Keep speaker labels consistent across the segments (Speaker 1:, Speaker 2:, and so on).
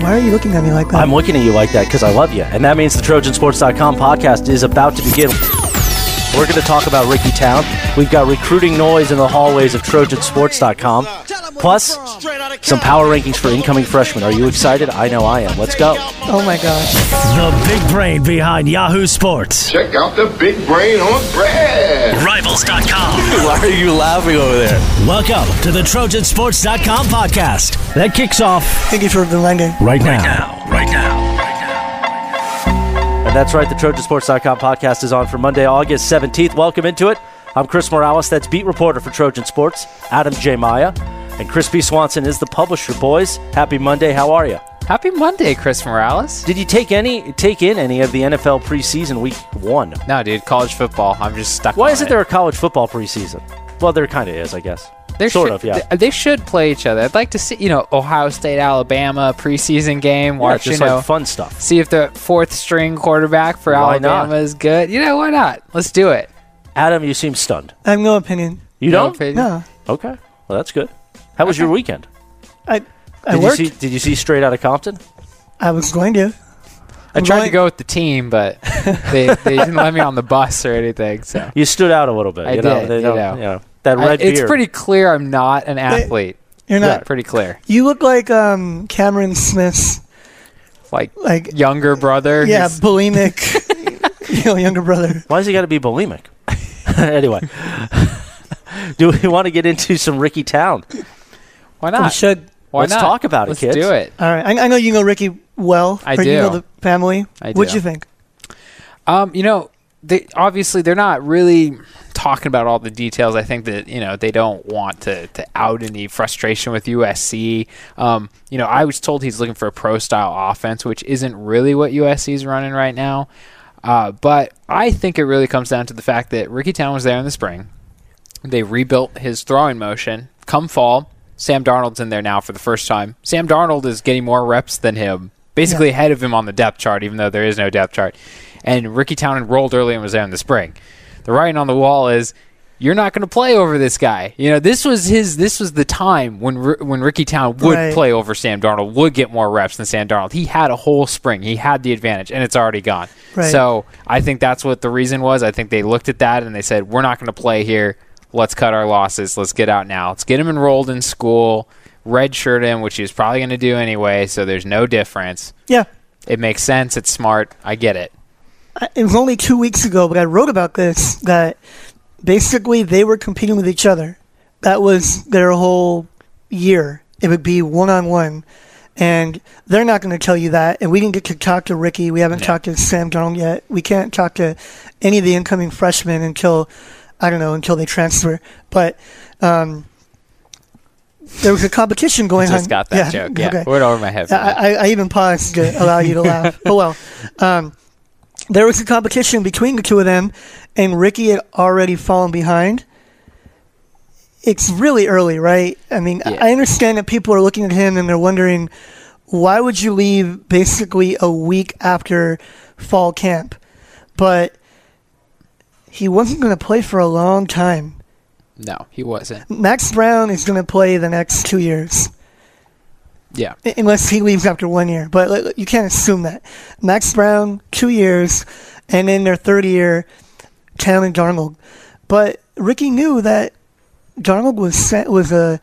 Speaker 1: Why are you looking at me like that?
Speaker 2: I'm looking at you like that because I love you. And that means the Trojansports.com podcast is about to begin. We're going to talk about Ricky Town. We've got recruiting noise in the hallways of Trojansports.com. Plus, some power rankings for incoming freshmen. Are you excited? I know I am. Let's go.
Speaker 1: oh my gosh.
Speaker 3: The big brain behind Yahoo Sports.
Speaker 4: Check out the big brain on Brad.
Speaker 3: Rivals.com.
Speaker 2: Why are you laughing over there?
Speaker 3: Welcome to the Trojansports.com podcast that kicks off
Speaker 1: Thank you for reminding.
Speaker 3: right now. Right now.
Speaker 2: And that's right. The Trojansports.com podcast is on for Monday, August 17th. Welcome into it. I'm Chris Morales. That's beat reporter for Trojan Sports, Adam J. Maya. And Chris B. Swanson is the publisher, boys. Happy Monday. How are you?
Speaker 5: Happy Monday, Chris Morales.
Speaker 2: Did you take any take in any of the NFL preseason week one?
Speaker 5: No, dude, college football. I'm just stuck.
Speaker 2: Why
Speaker 5: on
Speaker 2: isn't there a college football preseason? Well, there kind of is, I guess.
Speaker 5: There
Speaker 2: sort
Speaker 5: should-
Speaker 2: of, yeah.
Speaker 5: They, they should play each other. I'd like to see, you know, Ohio State, Alabama preseason game.
Speaker 2: yeah,
Speaker 5: Watch,
Speaker 2: just
Speaker 5: you know,
Speaker 2: like fun stuff.
Speaker 5: see if the fourth string quarterback for
Speaker 2: Why not?
Speaker 5: Alabama is good. You know, why not? Let's do it.
Speaker 2: Adam, you seem stunned.
Speaker 1: I have no opinion.
Speaker 2: You
Speaker 5: No
Speaker 2: don't?
Speaker 5: opinion.
Speaker 1: No.
Speaker 2: Okay. Well, that's good. How was your weekend?
Speaker 1: I I
Speaker 2: Did you
Speaker 1: worked.
Speaker 2: see? Did you see Straight Outta Compton?
Speaker 1: I was going to.
Speaker 5: I tried
Speaker 1: going-
Speaker 5: to go with the team, but they, they didn't let me on the bus or anything. So
Speaker 2: You stood out a little bit.
Speaker 5: I
Speaker 2: you know,
Speaker 5: did,
Speaker 2: They
Speaker 5: you
Speaker 2: don't-
Speaker 5: know.
Speaker 2: that
Speaker 5: I,
Speaker 2: red
Speaker 5: it's
Speaker 2: beard.
Speaker 5: pretty clear I'm not an athlete.
Speaker 1: You're not.
Speaker 5: Pretty clear.
Speaker 1: You look like um, Cameron Smith's
Speaker 5: Like
Speaker 1: like
Speaker 5: younger brother.
Speaker 1: yeah
Speaker 5: who's-
Speaker 1: bulimic you know, younger brother.
Speaker 2: Why does he got to be bulimic? anyway, do we want to get into some Ricky Town?
Speaker 5: Why
Speaker 1: We
Speaker 5: not?
Speaker 1: should.
Speaker 5: Why
Speaker 2: Let's
Speaker 5: not?
Speaker 2: talk about it,
Speaker 5: Let's
Speaker 2: kids.
Speaker 5: do it.
Speaker 1: All right. I, I know you know Ricky well.
Speaker 5: I
Speaker 1: Rick, You
Speaker 5: do.
Speaker 1: know the family.
Speaker 5: I
Speaker 1: What'd
Speaker 5: do.
Speaker 1: you think?
Speaker 5: Um, you know, they obviously they're not really talking about all the details. I think that you know they don't want to, to out any frustration with USC. Um, you know, I was told he's looking for a pro style offense, which isn't really what USC's running right now. Uh, but I think it really comes down to the fact that Ricky Town was there in the spring. They rebuilt his throwing motion. Come fall, Sam Darnold's in there now for the first time. Sam Darnold is getting more reps than him, basically ahead of him on the depth chart, even though there is no depth chart. And Ricky Town enrolled early and was there in the spring. The writing on the wall is you're not going to play over this guy. You know, this was his. This was the time when Ri- when Ricky Town would
Speaker 1: Right.
Speaker 5: play over Sam Darnold, would get more reps than Sam Darnold. He had a whole spring. He had the advantage, and it's already gone.
Speaker 1: Right.
Speaker 5: So I think that's what the reason was. I think they looked at that and they said, "We're not going to play here. Let's cut our losses. Let's get out now. Let's get him enrolled in school, redshirt him, which he was probably going to do anyway. So there's no difference.
Speaker 1: Yeah.
Speaker 5: It makes sense. It's smart. I get it.
Speaker 1: I- it was only two weeks ago, but I wrote about this that basically they were competing with each other. That was their whole year. It would be one on one. And they're not going to tell you that. And we didn't get to talk to Ricky. We haven't talked to Sam Donald yet. We can't talk to any of the incoming freshmen until, I don't know, until they transfer. But um, there was a competition going on.
Speaker 5: Just got that joke. Yeah,
Speaker 1: okay.
Speaker 5: went over my head. for that.
Speaker 1: I, I, I even paused to allow you to laugh. Oh well, um, there was a competition between the two of them, and Ricky had already fallen behind. It's really early, right? I mean, I-
Speaker 5: Yeah.
Speaker 1: I understand that people are looking at him and they're wondering, why would you leave basically a week after fall camp? But he wasn't going to play for a long time.
Speaker 5: no, he wasn't.
Speaker 1: Max Brown is going to play the next two years.
Speaker 5: Yeah,
Speaker 1: unless he leaves after one year. But like, you can't assume that. Max Brown, two years, and in their third year, Town and Darnold. But Ricky knew that Darnold was set, was a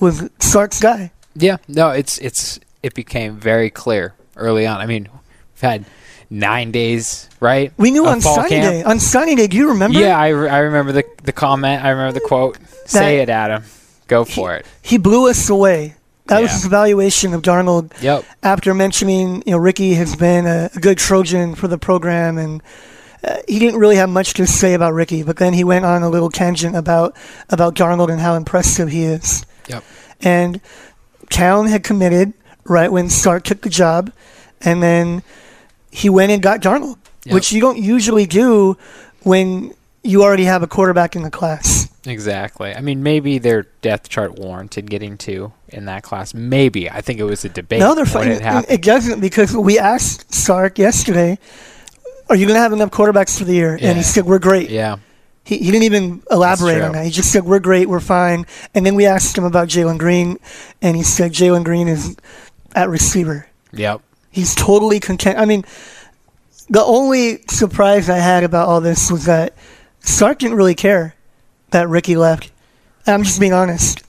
Speaker 1: was Sark's guy.
Speaker 5: yeah. No, it's it's it became very clear early on. I mean, we've had nine days, right?
Speaker 1: We knew
Speaker 5: of
Speaker 1: on
Speaker 5: fall
Speaker 1: Sunday.
Speaker 5: camp.
Speaker 1: On Sunday, do you remember?
Speaker 5: Yeah, I, re- I remember the the comment. I remember the quote. Say it, Adam. Go for it.
Speaker 1: he blew us away. That was
Speaker 5: Yeah.
Speaker 1: his evaluation of Darnold.
Speaker 5: Yep.
Speaker 1: After mentioning, you know, Ricky has been a, a good Trojan for the program, and uh, he didn't really have much to say about Ricky. But then he went on a little tangent about about Darnold and how impressive he is.
Speaker 5: Yep.
Speaker 1: And Town had committed right when Stark took the job, and then he went and got Darnold,
Speaker 5: Yep.
Speaker 1: which you don't usually do when you already have a quarterback in the class.
Speaker 5: Exactly. I mean, maybe their death chart warranted getting two in that class. Maybe. I think it was a debate.
Speaker 1: No, they're
Speaker 5: when
Speaker 1: fine.
Speaker 5: it happened.
Speaker 1: It doesn't because we asked Sark yesterday, "Are you going to have enough quarterbacks for the year?" And
Speaker 5: Yeah.
Speaker 1: he said, "We're great."
Speaker 5: yeah.
Speaker 1: He, he didn't even elaborate
Speaker 5: That's
Speaker 1: on
Speaker 5: true.
Speaker 1: that. He just said, "We're great. We're fine." And then we asked him about Jalen Green, and he said, "Jalen Green is at receiver."
Speaker 5: Yep.
Speaker 1: He's totally content. I mean, the only surprise I had about all this was that Sark didn't really care that Ricky left. I'm just being honest.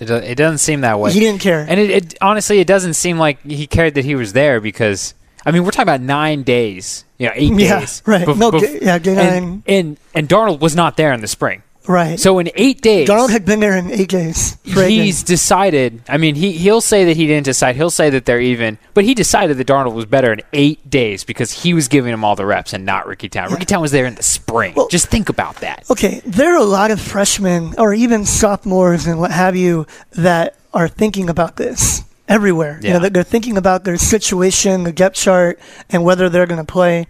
Speaker 5: It, do- it doesn't seem that way.
Speaker 1: He didn't care.
Speaker 5: And it, it honestly, it doesn't seem like he cared that he was there because I mean, we're talking about nine days, you know, eight
Speaker 1: Yeah,
Speaker 5: days,
Speaker 1: right. No, g- yeah, g-
Speaker 5: and,
Speaker 1: nine.
Speaker 5: and and Darnold was not there in the spring,
Speaker 1: right.
Speaker 5: so in eight days,
Speaker 1: Donald had been there in eight days. Reagan.
Speaker 5: he's decided. I mean, he he'll say that he didn't decide. He'll say that they're even, but he decided that Darnold was better in eight days because he was giving him all the reps and not Ricky Town. Ricky Town was there in the spring.
Speaker 1: Well-
Speaker 5: Just think about that.
Speaker 1: Okay, there are a lot of freshmen or even sophomores and what have you that are thinking about this everywhere. You
Speaker 5: Yeah.
Speaker 1: know, that they're thinking about their situation, the depth chart, and whether they're going to play.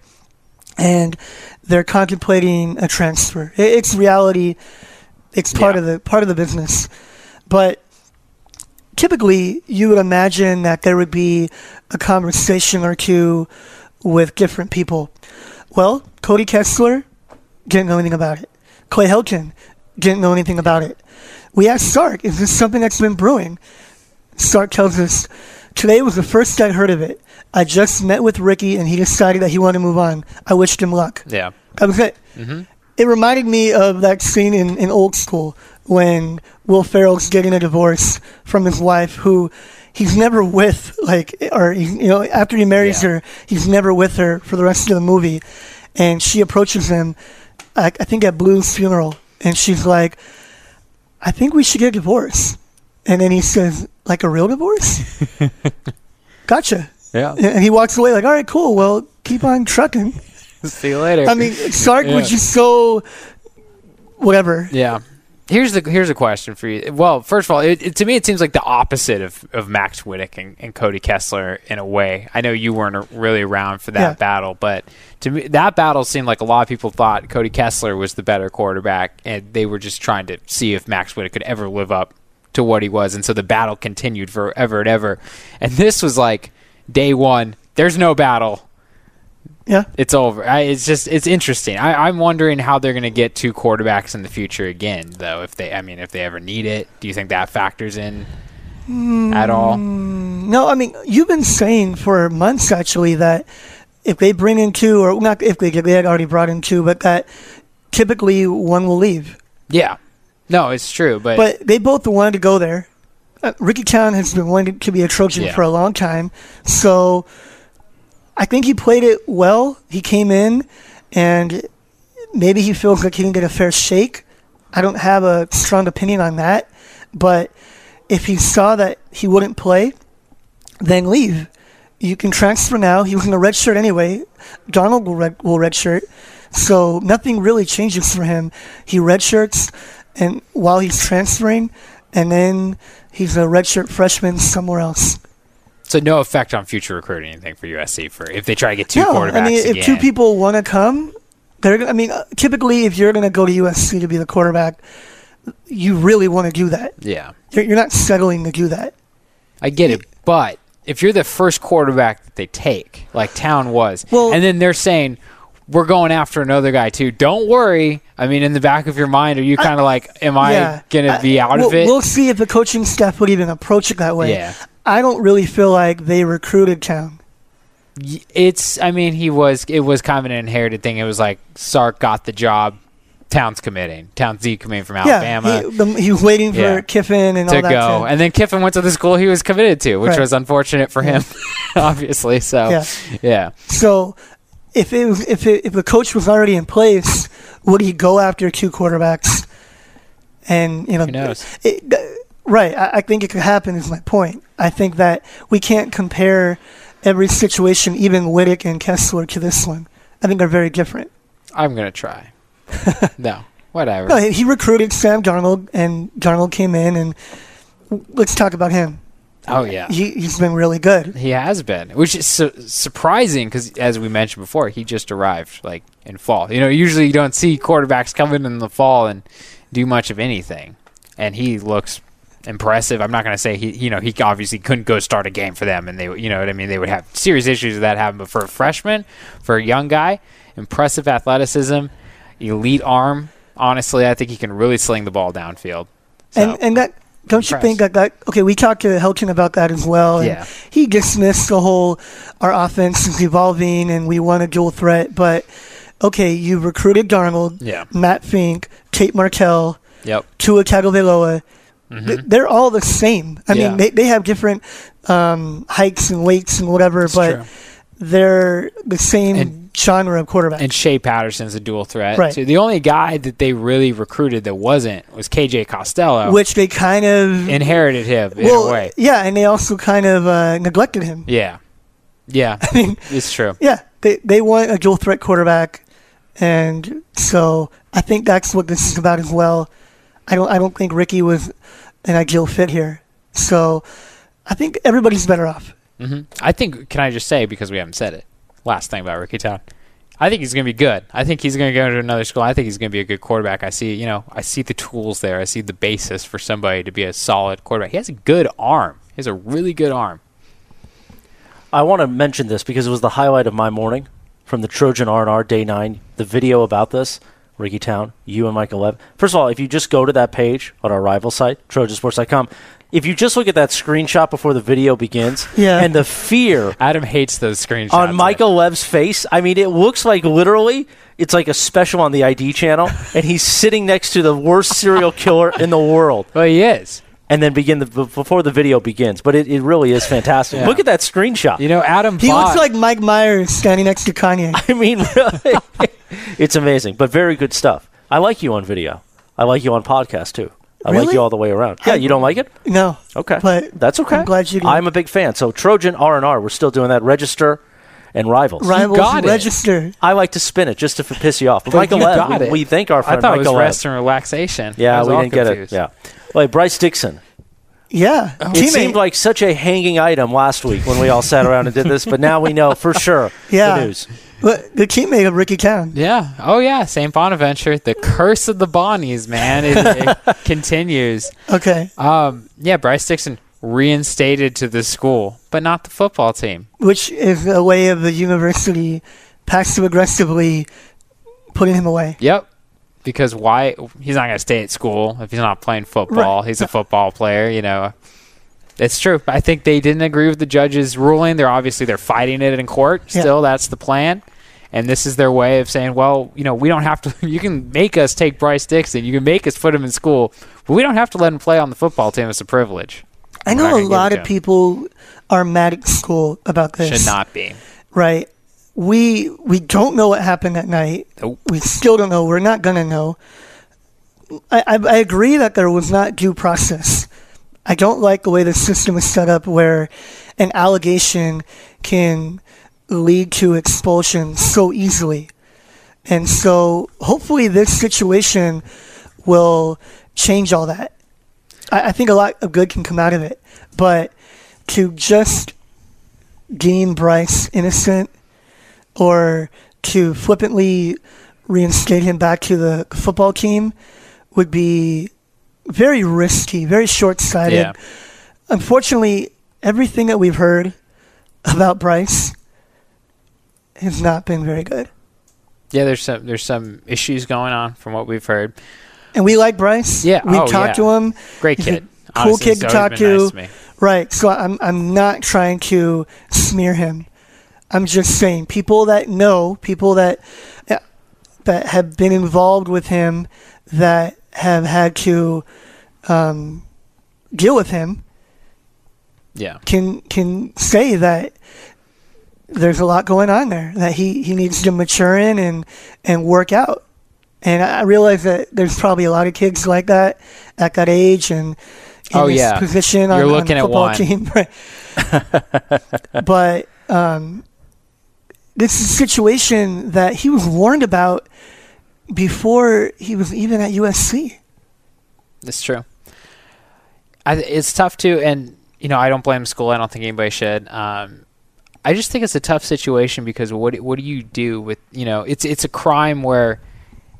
Speaker 1: And they're contemplating a transfer. I- It's reality. It's part
Speaker 5: Yeah.
Speaker 1: of the part of the business. But typically, you would imagine that there would be a conversation or two with different people. Well, Cody Kessler didn't know anything about it. Clay Helton didn't know anything about it. We asked Stark, is this something that's been brewing? Stark tells us, today was the first I heard of it. I just met with Ricky and he decided that he wanted to move on. I wished him luck.
Speaker 5: Yeah.
Speaker 1: That was it.
Speaker 5: Mm-hmm.
Speaker 1: It reminded me of that scene in, in Old School when Will Ferrell's getting a divorce from his wife, who he's never with, like, or, he- you know, after he marries
Speaker 5: Yeah.
Speaker 1: her, he's never with her for the rest of the movie. And she approaches him, I, I think at Blue's funeral, and she's like, I think we should get a divorce. And then he says, like a real divorce? gotcha.
Speaker 5: Yeah.
Speaker 1: And he walks away like, all right, cool. Well, keep on trucking.
Speaker 5: See you later.
Speaker 1: I mean, Sark
Speaker 5: Yeah.
Speaker 1: was just so whatever.
Speaker 5: Yeah. Here's the here's a question for you. Well, first of all, it, it, to me it seems like the opposite of, of Max Wittick and, and Cody Kessler in a way. I know you weren't a- really around for that
Speaker 1: Yeah.
Speaker 5: battle, but to me that battle seemed like a lot of people thought Cody Kessler was the better quarterback, and they were just trying to see if Max Wittick could ever live up to what he was, and so the battle continued forever and ever. And this was like day one. There's no battle
Speaker 1: Yeah.
Speaker 5: it's over. I, it's just it's interesting. I, I'm wondering how they're going to get two quarterbacks in the future again, though. If they, I mean, if they ever need it, do you think that factors in at
Speaker 1: Hmm.
Speaker 5: all?
Speaker 1: No, I mean, you've been saying for months actually that if they bring in two, or not if they did, they had already brought in two, but that typically one will leave.
Speaker 5: Yeah, no, it's true. But,
Speaker 1: But they both wanted to go there. Uh, Ricky Town has been wanting to be a Trojan
Speaker 5: Yeah.
Speaker 1: for a long time, so I think he played it well. He came in, and maybe he feels like he didn't get a fair shake. I don't have a strong opinion on that, but if he saw that he wouldn't play, then leave. You can transfer now. He was in a red shirt anyway. Donald will red, will red shirt. So nothing really changes for him. He red shirts and while he's transferring and then he's a red shirt freshman somewhere else.
Speaker 5: so no effect on future recruiting anything for USC for if they try to get two
Speaker 1: no,
Speaker 5: quarterbacks
Speaker 1: I mean if two
Speaker 5: again.
Speaker 1: people want to come, they're gonna- I mean uh, typically if you're going to go to USC to be the quarterback, you really want to do that.
Speaker 5: yeah,
Speaker 1: You're, you're not settling to do that.
Speaker 5: I get it. But if you're the first quarterback that they take, like Town was,
Speaker 1: Well-
Speaker 5: and then they're saying. We're going after another guy too. Don't worry. I mean, in the back of your mind, are you kind of like, am I gonna
Speaker 1: I-
Speaker 5: be out
Speaker 1: we'll,
Speaker 5: of it?
Speaker 1: We'll see if the coaching staff would even approach it that way.
Speaker 5: Yeah.
Speaker 1: I don't really feel like they recruited Town.
Speaker 5: it's i mean he was it was kind of an inherited thing it was like sark got the job towns committing towns z committing from alabama
Speaker 1: Yeah, he, the, he was waiting for
Speaker 5: Yeah.
Speaker 1: Kiffin and
Speaker 5: to
Speaker 1: all that.
Speaker 5: go
Speaker 1: to-
Speaker 5: and then kiffin went to the school he was committed to which
Speaker 1: Right.
Speaker 5: was unfortunate for him obviously so
Speaker 1: Yeah.
Speaker 5: yeah
Speaker 1: so, if it was, if it, if the coach was already in place, would he go after two quarterbacks? And you know,
Speaker 5: Who knows?
Speaker 1: It, th- right. I, I think it could happen. Is my point. I think that we can't compare every situation, even Wittick and Kessler, to this one. I think they're very different.
Speaker 5: i'm gonna try no whatever
Speaker 1: No, he- he recruited Sam Darnold, and Darnold came in, and let's talk about him.
Speaker 5: oh yeah
Speaker 1: He, he's been really good.
Speaker 5: he has been which is su- surprising because as we mentioned before he just arrived like in fall you know usually you don't see quarterbacks come in in the fall and do much of anything and he looks impressive i'm not going to say he you know he obviously couldn't go start a game for them and they you know what i mean they would have serious issues with that happen but for a freshman for a young guy impressive athleticism elite arm honestly i think he can really sling the ball downfield so,
Speaker 1: And and that Don't you think that, that okay? We talked to Helton about that as well. And
Speaker 5: Yeah.
Speaker 1: He dismissed the whole our offense is evolving and we want a dual threat, but okay, you recruited Darnold,
Speaker 5: Yeah.
Speaker 1: Matt Fink, Tate Martell,
Speaker 5: Yep.
Speaker 1: Tua Tagovailoa. Th- They're all the same. I
Speaker 5: Mm-hmm. Yeah.
Speaker 1: mean, they, they have different um, heights and weights and whatever, but
Speaker 5: true.
Speaker 1: they're the same
Speaker 5: And-
Speaker 1: genre of quarterback.
Speaker 5: And Shea Patterson's a dual threat.
Speaker 1: Right.
Speaker 5: So the only guy that they really recruited that wasn't was KJ Costello.
Speaker 1: which they kind of
Speaker 5: inherited him in
Speaker 1: well,
Speaker 5: a way.
Speaker 1: yeah, and they also kind of uh, neglected him.
Speaker 5: Yeah. Yeah.
Speaker 1: I mean,
Speaker 5: it's true.
Speaker 1: yeah, they they want a dual threat quarterback, and so I think that's what this is about as well. I don't I don't think Ricky was an ideal fit here, so I think everybody's better off.
Speaker 5: Mm-hmm. I think can I just say because we haven't said it. Last thing about Ricky Town. I think he's going to be good. I think he's going to go to another school. I think he's going to be a good quarterback. I see, you know, I see the tools there. I see the basis for somebody to be a solid quarterback. He has a good arm. He has a really good arm.
Speaker 2: I want to mention this because it was the highlight of my morning from the Trojan R&R Day 9, the video about this, Ricky Town, you and Michael Lev. First of all, if you just go to that page on our rival site, trojansports.com, if you just look at that screenshot before the video begins
Speaker 1: Yeah.
Speaker 2: and the fear
Speaker 5: Adam hates those screenshots.
Speaker 2: on Michael Webb's face. I mean, it looks like literally it's like a special on the ID channel, and he's sitting next to the worst serial killer in the world.
Speaker 5: Well, he is.
Speaker 2: And then begin the b- before the video begins, but it, it really is fantastic.
Speaker 5: Yeah.
Speaker 2: Look at that screenshot.
Speaker 5: You know, Adam
Speaker 1: He
Speaker 5: bought
Speaker 1: looks like Mike Myers standing next to Kanye.
Speaker 2: I mean, really, it's amazing, but very good stuff. I like you on video. I like you on podcast too. I like
Speaker 1: Really?
Speaker 2: you all the way around. Yeah, you don't like it?
Speaker 1: No,
Speaker 2: Okay,
Speaker 1: but
Speaker 2: that's okay.
Speaker 1: I'm glad you. Did.
Speaker 2: I'm a big fan. So Trojan R and R, we're still doing that. Register and rivals.
Speaker 1: rivals
Speaker 5: got it.
Speaker 1: register.
Speaker 2: I like to spin it just to f- piss you off. But, Michael
Speaker 5: you
Speaker 2: Lev,
Speaker 5: got
Speaker 2: we,
Speaker 5: it.
Speaker 2: we thank our friend
Speaker 5: I thought it
Speaker 2: Michael
Speaker 5: was
Speaker 2: Lev.
Speaker 5: rest and relaxation. I
Speaker 2: Yeah,
Speaker 5: was
Speaker 2: we
Speaker 5: all
Speaker 2: didn't
Speaker 5: confused.
Speaker 2: get it. Yeah. Like Bryce Dixon.
Speaker 1: Yeah,
Speaker 2: It
Speaker 1: teammate.
Speaker 2: seemed like such a hanging item last week when we all sat around and did this, but now we know for sure
Speaker 1: Yeah.
Speaker 2: the news.
Speaker 1: But the teammate of Ricky Town.
Speaker 5: Yeah. Oh, yeah. St. Bonaventure. The curse of the Bonnies, man. It, it continues.
Speaker 1: Okay,
Speaker 5: Um, yeah, Bryce Dixon reinstated to the school, but not the football team.
Speaker 1: which is a way of the university passive aggressively putting him away.
Speaker 5: Yep. Because why? He's not going to stay at school if he's not playing football. He's a football player, you know. It's true. I think they didn't agree with the judge's ruling. They're obviously they're fighting it in court.
Speaker 1: Yeah.
Speaker 5: Still, that's the plan. And this is their way of saying, well, you know, we don't have to. You can make us take Bryce Dixon. You can make us put him in school, but we don't have to let him play on the football team. It's a privilege.
Speaker 1: I
Speaker 5: not
Speaker 1: know
Speaker 5: gonna
Speaker 1: a
Speaker 5: give
Speaker 1: lot
Speaker 5: it to
Speaker 1: of
Speaker 5: him.
Speaker 1: people are mad at school about this.
Speaker 5: Should not be.
Speaker 1: Right. We we don't know what happened that night.
Speaker 5: Nope.
Speaker 1: We still don't know. We're not gonna know. I, I I agree that there was not due process. I don't like the way the system is set up where an allegation can lead to expulsion so easily. And so hopefully this situation will change all that. I, I think a lot of good can come out of it. But to just deem Bryce innocent or to flippantly reinstate him back to the football team would be very risky, very short sighted.
Speaker 5: Yeah.
Speaker 1: Unfortunately, everything that we've heard about Bryce has not been very good.
Speaker 5: Yeah, there's some there's some issues going on from what we've heard.
Speaker 1: And we like Bryce.
Speaker 5: Yeah,
Speaker 1: We've
Speaker 5: oh,
Speaker 1: talked
Speaker 5: yeah.
Speaker 1: to him.
Speaker 5: Great
Speaker 1: He's a
Speaker 5: kid.
Speaker 1: Cool
Speaker 5: Honestly,
Speaker 1: kid
Speaker 5: he's
Speaker 1: to talk
Speaker 5: always been
Speaker 1: to.
Speaker 5: nice to me.
Speaker 1: Right. So I'm I'm not trying to smear him. I'm just saying people that know, people that that have been involved with him, that have had to um, deal with him,
Speaker 5: Yeah.
Speaker 1: can can say that there's a lot going on there that he, he needs to mature in and and work out. And I I realize that there's probably a lot of kids like that at that age and in
Speaker 5: Oh,
Speaker 1: this
Speaker 5: yeah.
Speaker 1: position on,
Speaker 5: You're
Speaker 1: on
Speaker 5: looking
Speaker 1: the
Speaker 5: at
Speaker 1: football team.
Speaker 5: one.
Speaker 1: Right. but um, this is a situation that he was warned about before he was even at USC.
Speaker 5: It's true. I, it's tough too, and you know I don't blame school. I don't think anybody should. Um, I just think it's a tough situation because what what do you do with you know it's it's a crime where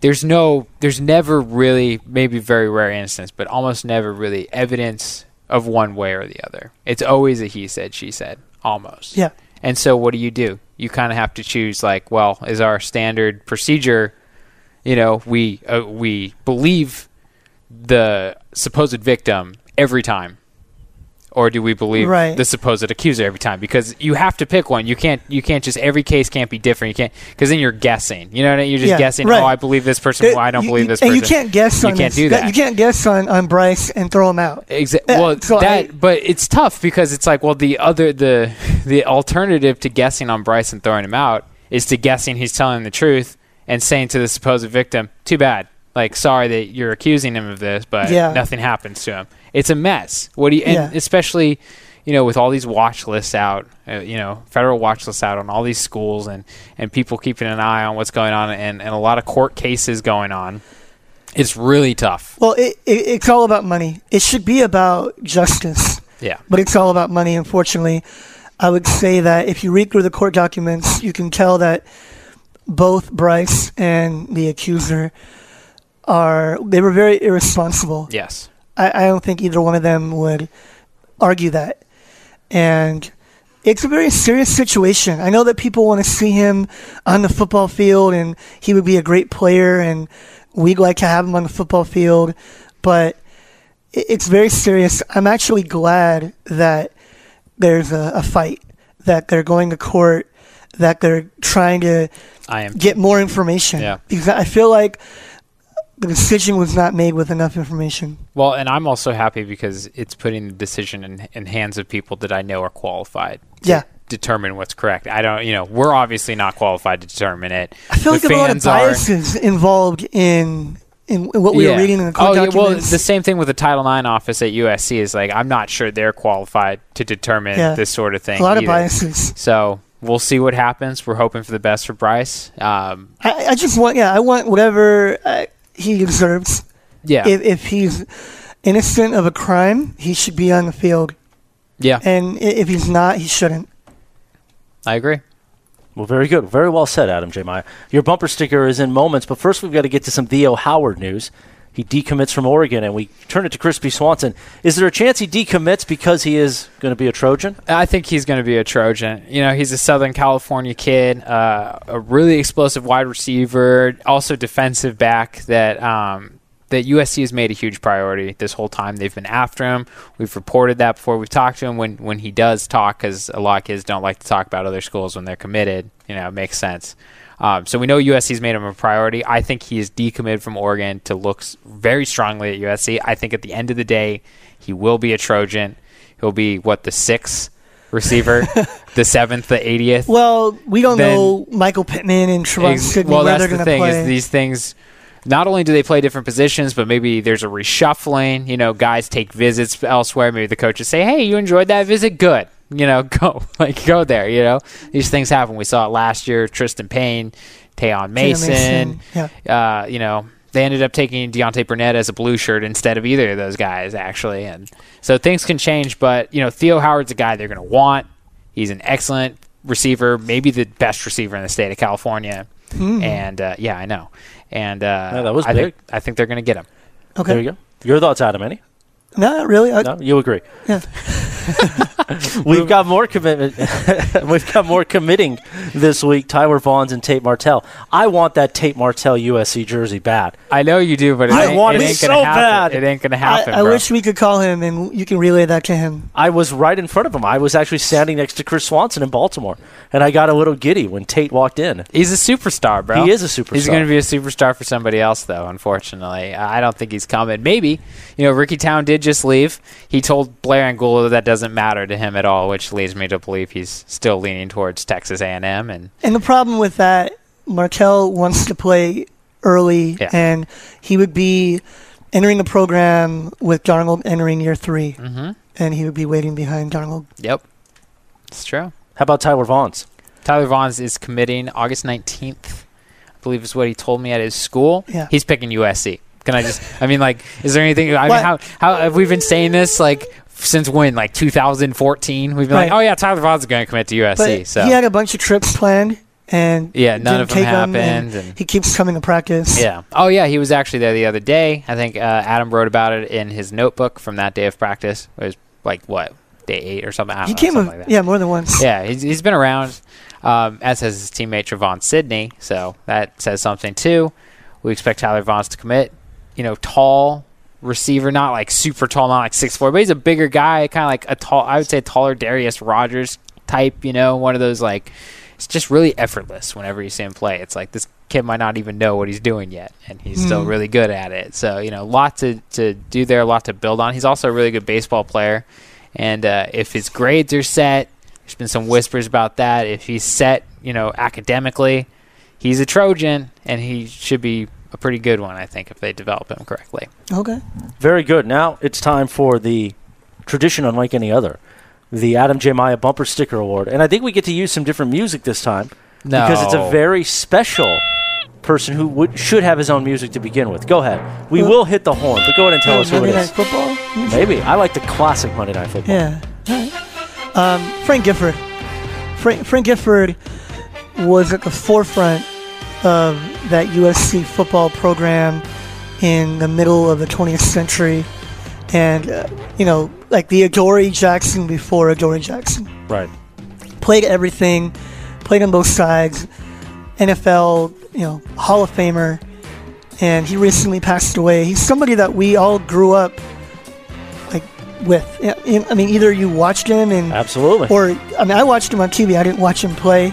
Speaker 5: there's no there's never really maybe very rare instance, but almost never really evidence of one way or the other. It's always a he said she said almost.
Speaker 1: Yeah.
Speaker 5: And so what do you do? You kind of have to choose like, well, is our standard procedure, you know, we uh, we believe the supposed victim every time? Or do we believe
Speaker 1: Right.
Speaker 5: the supposed accuser every time? Because you have to pick one. You can't. You can't just. Every case can't be different. You can't. Because then you're guessing. You know what I mean? You're just
Speaker 1: Yeah,
Speaker 5: guessing.
Speaker 1: right.
Speaker 5: Oh, I believe this person.
Speaker 1: It-
Speaker 5: well, I don't
Speaker 1: you-
Speaker 5: believe
Speaker 1: you-
Speaker 5: this
Speaker 1: And
Speaker 5: person.
Speaker 1: you can't guess
Speaker 5: You
Speaker 1: on
Speaker 5: can't
Speaker 1: this.
Speaker 5: do that.
Speaker 1: You can't guess on, on Bryce and throw him out.
Speaker 5: Exactly.
Speaker 1: Yeah,
Speaker 5: well,
Speaker 1: Uh, so
Speaker 5: that.
Speaker 1: I-
Speaker 5: but it's tough because it's like, well, the other the the alternative to guessing on Bryce and throwing him out is to guessing he's telling the truth and saying to the supposed victim, "Too bad. Like, sorry that you're accusing him of this, but
Speaker 1: Yeah.
Speaker 5: nothing happens to him." It's a mess. What do you? And
Speaker 1: Yeah.
Speaker 5: especially, you know, with all these watch lists out, uh, you know, federal watch lists out on all these schools and and people keeping an eye on what's going on and and a lot of court cases going on. It's really tough.
Speaker 1: Well, it, it, it's all about money. It should be about justice,
Speaker 5: Yeah.
Speaker 1: but it's all about money, unfortunately. I would say that if you read through the court documents, you can tell that both Bryce and the accuser are, they were very irresponsible.
Speaker 5: Yes.
Speaker 1: I, I don't think either one of them would argue that. And it's a very serious situation. I know that people want to see him on the football field and he would be a great player and we'd like to have him on the football field, but it, it's very serious. I'm actually glad that there's a, a fight, that they're going to court, that they're trying to
Speaker 5: I am
Speaker 1: get more information.
Speaker 5: Yeah.
Speaker 1: Because I feel like the decision was not made with enough information.
Speaker 5: Well, and I'm also happy because it's putting the decision in, in hands of people that I know are qualified. to
Speaker 1: Yeah.
Speaker 5: Determine what's correct. I don't, you know, we're obviously not qualified to determine it.
Speaker 1: I feel
Speaker 5: The
Speaker 1: like there are a lot of
Speaker 5: fans are-
Speaker 1: biases involved in in what we were reading in the court
Speaker 5: oh, yeah, well,
Speaker 1: documents.
Speaker 5: the same thing with the Title IX office at USC is like, I'm not sure they're qualified to determine
Speaker 1: Yeah.
Speaker 5: this sort of thing.
Speaker 1: a lot of
Speaker 5: either.
Speaker 1: biases.
Speaker 5: So we'll see what happens. We're hoping for the best for Bryce. Um,
Speaker 1: I, I just want, yeah, I want whatever uh, he deserves.
Speaker 5: yeah.
Speaker 1: If, if he's innocent of a crime, he should be on the field,
Speaker 5: yeah.
Speaker 1: and i- if he's not, he shouldn't.
Speaker 5: I agree.
Speaker 2: Well, very good. Very well said, Adam J. Meyer. Your bumper sticker is in moments, but first we've got to get to some Theo Howard news. He decommits from Oregon, and we turn it to Crispy Swanson. Is there a chance he decommits because he is going to be a Trojan?
Speaker 5: I think he's going to be a Trojan. You know, he's a Southern California kid, uh, a really explosive wide receiver, also defensive back that um, that USC has made a huge priority this whole time. They've been after him. We've reported that before. We've talked to him when when he does talk, because a lot of kids don't like to talk about other schools when they're committed. You know, it makes sense. Um, so we know USC's made him a priority. I think he is decommitted from Oregon to look s- very strongly at USC. I think at the end of the day, he will be a Trojan. He'll be what the sixth receiver, the seventh, the eightieth.
Speaker 1: Well, we don't
Speaker 5: Then-
Speaker 1: know Michael Pittman and Trevon
Speaker 5: Ex-
Speaker 1: Sidney
Speaker 5: well,
Speaker 1: where
Speaker 5: that's
Speaker 1: they're going
Speaker 5: the
Speaker 1: to
Speaker 5: thing
Speaker 1: play.
Speaker 5: is these things. Not only do they play different positions, but maybe there's a reshuffling. You know, guys take visits elsewhere. Maybe the coaches say, "Hey, you enjoyed that visit? Good. You know, go like go there. You know, these things happen. We saw it last year. Tristan Payne, Tayon Mason.
Speaker 1: Mason,
Speaker 5: Uh, you know, they ended up taking Deontay Burnett as a blue shirt instead of either of those guys actually, and so things can change. But you know, Theo Howard's a guy they're going to want. He's an excellent receiver, maybe the best receiver in the state of California.
Speaker 2: Hmm.
Speaker 5: And uh, yeah, I know. And uh,
Speaker 2: Yeah, that was
Speaker 5: I
Speaker 2: big.
Speaker 5: Think, I think they're going to get him.
Speaker 1: okay.
Speaker 2: There you go. Your thoughts, Adam? Any?
Speaker 1: Not really. I,
Speaker 2: No, you agree.
Speaker 1: Yeah.
Speaker 2: We've got more commitment. We've got more committing this week. Tyler Vaughn's and Tate Martell. I want that Tate Martell USC jersey bad.
Speaker 5: I know you do, but it
Speaker 2: I
Speaker 5: ain't,
Speaker 2: want
Speaker 5: it
Speaker 2: it
Speaker 5: ain't gonna
Speaker 2: so bad.
Speaker 5: happen. It ain't going to
Speaker 1: I,
Speaker 5: happen.
Speaker 1: I
Speaker 5: bro.
Speaker 1: wish we could call him and you can relay that to him.
Speaker 2: I was right in front of him. I was actually standing next to Chris Swanson in Baltimore, and I got a little giddy when Tate walked in.
Speaker 5: He's a superstar, bro.
Speaker 2: He is a
Speaker 5: He's
Speaker 2: superstar.
Speaker 5: going to be a superstar for somebody else, though. Unfortunately, I I don't think he's coming. Maybe you know, Ricky Town did just leave. He told Blair Angulo that doesn't matter to him at all, which leads me to believe he's still leaning towards Texas A&M. And
Speaker 1: And the problem with that, Markel wants to play early,
Speaker 5: Yeah.
Speaker 1: and he would be entering the program with Darnold entering year 3
Speaker 5: Mm-hmm.
Speaker 1: and he would be waiting behind Darnold.
Speaker 5: yep, it's true.
Speaker 2: How about Tyler Vaughn's?
Speaker 5: Tyler Vaughn's is committing August 19th, I believe is what he told me at his school.
Speaker 1: Yeah.
Speaker 5: He's picking USC. Can I just, I mean, like, is there anything, I mean,
Speaker 1: What?
Speaker 5: how, how have we been saying this, like, since when? Like 2014? We've been like,
Speaker 1: Right.
Speaker 5: oh, yeah, Tyler Vaughn's going to commit to USC.
Speaker 1: But
Speaker 5: so,
Speaker 1: he had a bunch of trips planned, and
Speaker 5: Yeah, none
Speaker 1: didn't
Speaker 5: of them
Speaker 1: take 'em,
Speaker 5: happened,
Speaker 1: and
Speaker 5: and-
Speaker 1: he keeps coming to practice.
Speaker 5: yeah. Oh, yeah, he was actually there the other day. I think uh, Adam wrote about it in his notebook from that day of practice. It was like, what, day eight or something? I don't
Speaker 1: he
Speaker 5: know,
Speaker 1: came.
Speaker 5: something
Speaker 1: a-
Speaker 5: like that.
Speaker 1: yeah, more than once.
Speaker 5: yeah, he's, he's been around, um, as has his teammate Travon Sidney. So that says something too. We expect Tyler Vaughns to commit. You know, tall, receiver, not like super tall, not like six four, but he's a bigger guy, kind of like a tall. I would say taller Darius Rogers type. You know, one of those like it's just really effortless whenever you see him play. It's like this kid might not even know what he's doing yet, and he's still really good at it. So you know, lot to to do there, a lot to build on. He's also a really good baseball player, and uh, if his grades are set, there's been some whispers about that. If he's set, you know, academically, he's a Trojan, and he should be a pretty good one, I think, if they develop him correctly.
Speaker 1: Okay.
Speaker 2: Very good. Now it's time for the tradition unlike any other, the Adam J. Maya Bumper Sticker Award. And I think we get to use some different music this time because it's a
Speaker 5: No.
Speaker 2: very special person who would, should have his own music to begin with. Go ahead. We will hit the horn, but go ahead and tell us who
Speaker 1: Monday
Speaker 2: it
Speaker 1: Night
Speaker 2: is.
Speaker 1: Football.
Speaker 2: Maybe. I like the classic Monday Night Football.
Speaker 1: Yeah. Alright. Um, Frank Gifford. Frank, Frank Gifford was at the forefront of that USC football program in the middle of the 20th century. And, uh, you know, like the Adoree Jackson before Adoree Jackson.
Speaker 2: Right.
Speaker 1: Played everything, played on both sides, NFL, you know, Hall of Famer. And he recently passed away. He's somebody that we all grew up like with. Yeah, I mean, either you watched him and
Speaker 2: Absolutely.
Speaker 1: or I mean, I watched him on TV. I didn't watch him play.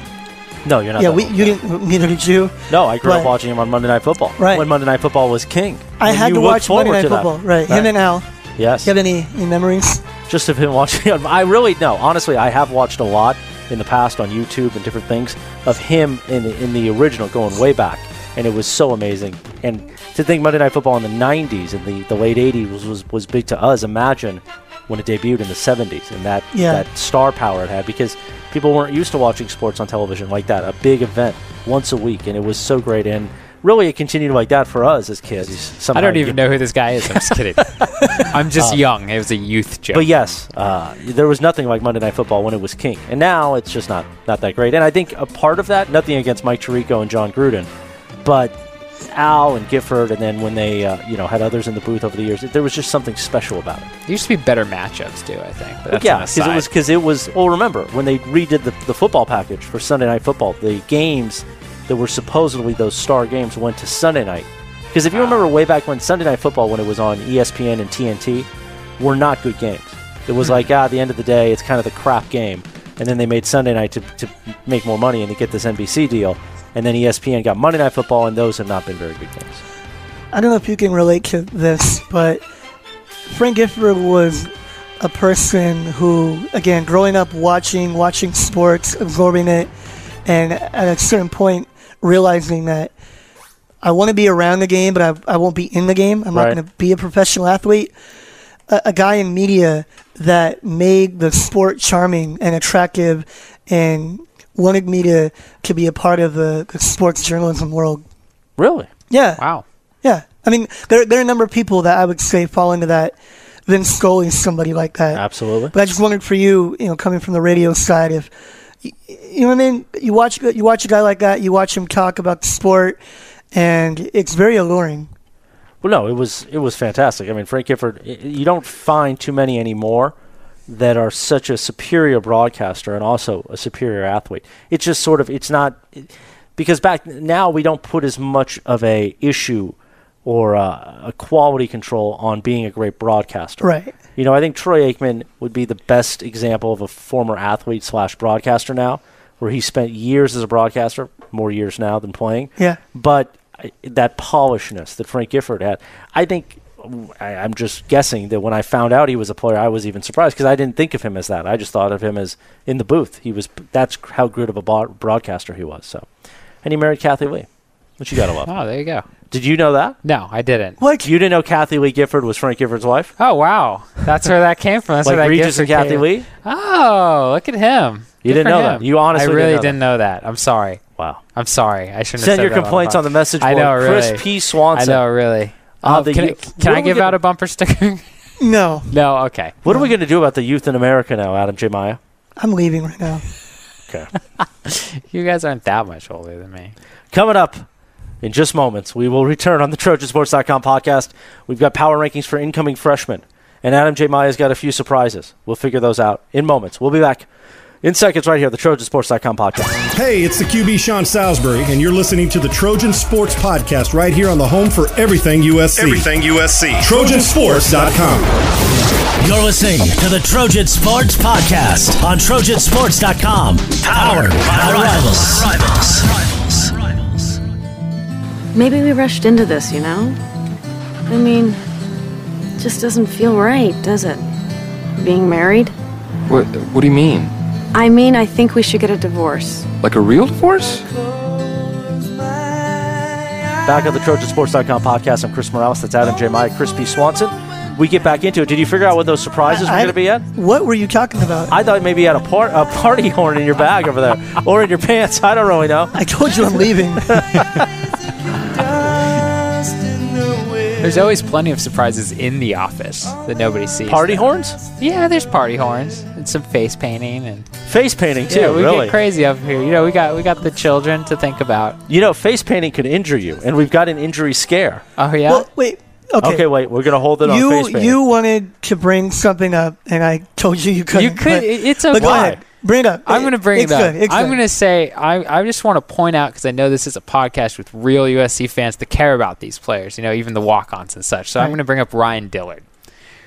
Speaker 2: no, you're not.
Speaker 1: yeah,
Speaker 2: that
Speaker 1: we,
Speaker 2: old.
Speaker 1: you didn't. Neither did you.
Speaker 2: No, I grew up
Speaker 1: But-
Speaker 2: watching him on Monday Night Football.
Speaker 1: Right.
Speaker 2: When Monday Night Football was king.
Speaker 1: I
Speaker 2: When
Speaker 1: had
Speaker 2: you
Speaker 1: to watch
Speaker 2: looked
Speaker 1: Monday
Speaker 2: forward
Speaker 1: Night
Speaker 2: to that.
Speaker 1: Football. Right.
Speaker 2: Right.
Speaker 1: him and Al.
Speaker 2: Yes.
Speaker 1: You have any, any memories?
Speaker 2: just of him watching. I really no, honestly, I have watched a lot in the past on YouTube and different things of him in the, in the original going way back, and it was so amazing. And to think Monday Night Football in the '90s and the, the late '80s was, was was big to us. Imagine when it debuted in the '70s and that
Speaker 1: Yeah.
Speaker 2: that star power it had because people weren't used to watching sports on television like that. A big event once a week, and it was so great. And really, it continued like that for us as kids. Somehow
Speaker 5: I don't
Speaker 2: you-
Speaker 5: even know who this guy is. I'm just kidding. I'm just young. It was a youth joke.
Speaker 2: Uh, But yes, uh, there was nothing like Monday Night Football when it was king, and now it's just not not that great. And I think a part of that, nothing against Mike Tirico and John Gruden, but Al and Gifford, and then when they uh, you know had others in the booth over the years, there was just something special about it.
Speaker 5: There used to be better matchups too. I think. But
Speaker 2: Oh,
Speaker 5: that's
Speaker 2: yeah,
Speaker 5: an
Speaker 2: because it
Speaker 5: aside.
Speaker 2: was because it was. Well, remember when they redid the the football package for Sunday Night Football? The games that were supposedly those star games went to Sunday night. Because
Speaker 5: Ah.
Speaker 2: if you remember way back when Sunday Night Football, when it was on E ESPN and TNT, were not good games. It
Speaker 5: Hmm.
Speaker 2: was like ah, at the end of the day, it's kind of the crap game. And then they made Sunday night to, to make more money and to get this NBC deal. And then E ESPN got Monday Night Football, and those have not been very good games.
Speaker 1: I don't know if you can relate to this, but Frank Gifford was a person who, again, growing up watching, watching sports, absorbing it, and at a certain point realizing that I want to be around the game, but I, I won't be in the game. I'm
Speaker 2: Right.
Speaker 1: not going to be a professional athlete. A, a guy in media that made the sport charming and attractive and wanted me to, to be a part of the, the sports journalism world.
Speaker 2: Really?
Speaker 1: Yeah.
Speaker 5: wow.
Speaker 1: Yeah, I mean, there there are a number of people that I would say fall into that. Vince Scully's somebody like that.
Speaker 2: Absolutely.
Speaker 1: But I just wondered for you, you know, coming from the radio side, if y- you know what I mean. You watch you watch a guy like that, you watch him talk about the sport, and it's very alluring.
Speaker 2: Well, no, it was it was fantastic. I mean, Frank Gifford, y- you don't find too many anymore that are such a superior broadcaster and also a superior athlete. It's just sort of it's not because back now we don't put as much of a issue or uh, a quality control on being a great broadcaster.
Speaker 1: Right.
Speaker 2: You know, I think Troy Aikman would be the best example of a former athlete slash broadcaster now, where he spent years as a broadcaster, more years now than playing.
Speaker 1: Yeah.
Speaker 2: But I- that polishedness that Frank Gifford had, I think. I, I'm just guessing that when I found out he was a player, I was even surprised because I didn't think of him as that. I just thought of him as in the booth. He was that's how good of a bo- broadcaster he was. So, and he married Kathy Lee, which you gotta love.
Speaker 5: Oh, there you go.
Speaker 2: Did you know that?
Speaker 5: No, I didn't.
Speaker 1: What?
Speaker 2: You didn't know Kathy Lee Gifford was Frank Gifford's wife?
Speaker 5: Oh wow, that's where that came from. That's
Speaker 2: like
Speaker 5: where that
Speaker 2: Regis and
Speaker 5: gift
Speaker 2: Kathy
Speaker 5: came.
Speaker 2: Lee?
Speaker 5: Oh, look at him.
Speaker 2: You
Speaker 5: Good
Speaker 2: didn't
Speaker 5: for
Speaker 2: know that.
Speaker 5: him.
Speaker 2: You honestly
Speaker 5: I
Speaker 2: didn't
Speaker 5: really
Speaker 2: know that.
Speaker 5: didn't know that. I'm sorry.
Speaker 2: Wow.
Speaker 5: I'm sorry. I shouldn't
Speaker 2: Send
Speaker 5: have said
Speaker 2: your
Speaker 5: that on
Speaker 2: complaints
Speaker 5: pod-
Speaker 2: on the message
Speaker 5: I
Speaker 2: board.
Speaker 5: know,
Speaker 2: Chris
Speaker 5: really.
Speaker 2: P.
Speaker 5: I
Speaker 2: Swanson.
Speaker 5: know, really.
Speaker 2: Uh,
Speaker 5: Um,
Speaker 2: the
Speaker 5: can I,
Speaker 2: you-
Speaker 5: can
Speaker 2: what
Speaker 5: I
Speaker 2: do we
Speaker 5: give
Speaker 2: get-
Speaker 5: out a bumper sticker?
Speaker 1: No,
Speaker 5: no. Okay.
Speaker 2: What are we going to do about the youth in America now, Adam J. Maya?
Speaker 1: I'm leaving right now.
Speaker 2: Okay.
Speaker 5: You guys aren't that much older than me.
Speaker 2: Coming up in just moments, we will return on the Trojansports.com podcast. We've got power rankings for incoming freshmen, and Adam J. Maya's got a few surprises. We'll figure those out in moments. We'll be back. In seconds, right here, the Trojansports.com podcast.
Speaker 6: Hey, it's the QB Sean Salisbury, and you're listening to the Trojan Sports Podcast right here on the home for everything USC. Everything USC. Trojansports.com.
Speaker 3: You're listening to the Trojan Sports Podcast on Trojansports.com. Powered by Rivals. Rivals. Rivals.
Speaker 7: Maybe we rushed into this, you know? I mean, it just doesn't feel right, does it? Being married?
Speaker 8: What, what do you mean?
Speaker 7: I mean, I think we should get a divorce.
Speaker 8: Like a real divorce?
Speaker 2: Back at the Trojansports.com podcast, I'm Chris Morales. That's Adam J. Maya, Chris P. Swanson. We get back into it. Did you figure out what those surprises were
Speaker 1: I-
Speaker 2: going to be at?
Speaker 1: What were you talking about? I,
Speaker 2: I thought maybe you had a, par- a party horn in your bag over there or in your pants. I don't really know.
Speaker 1: told you I'm leaving.
Speaker 5: There's always plenty of surprises in the office that nobody sees.
Speaker 2: Party horns?
Speaker 5: Yeah, there's party horns and some face painting and
Speaker 2: Face painting, too,
Speaker 5: yeah, we
Speaker 2: really.
Speaker 5: get crazy up here. You know, we got we got the children to think about.
Speaker 2: You know, face painting could injure you, and we've got an injury scare.
Speaker 5: Oh yeah.
Speaker 1: well, wait. Okay.
Speaker 2: Okay, wait, we're going to hold it on face
Speaker 1: you
Speaker 2: painting.
Speaker 1: you wanted to bring something up, and I told you you couldn't.
Speaker 5: You could-
Speaker 1: But,
Speaker 5: it- it's
Speaker 1: But go
Speaker 5: okay.
Speaker 1: ahead. Bring it up.
Speaker 5: I'm going to bring
Speaker 1: it's
Speaker 5: it up.
Speaker 1: Good, it's
Speaker 5: I'm
Speaker 1: good.
Speaker 5: going to say I, I just want to point out because I know this is a podcast with real USC fans that care about these players, you know, even the walk-ons and such. So I'm going to bring up Ryan Dillard,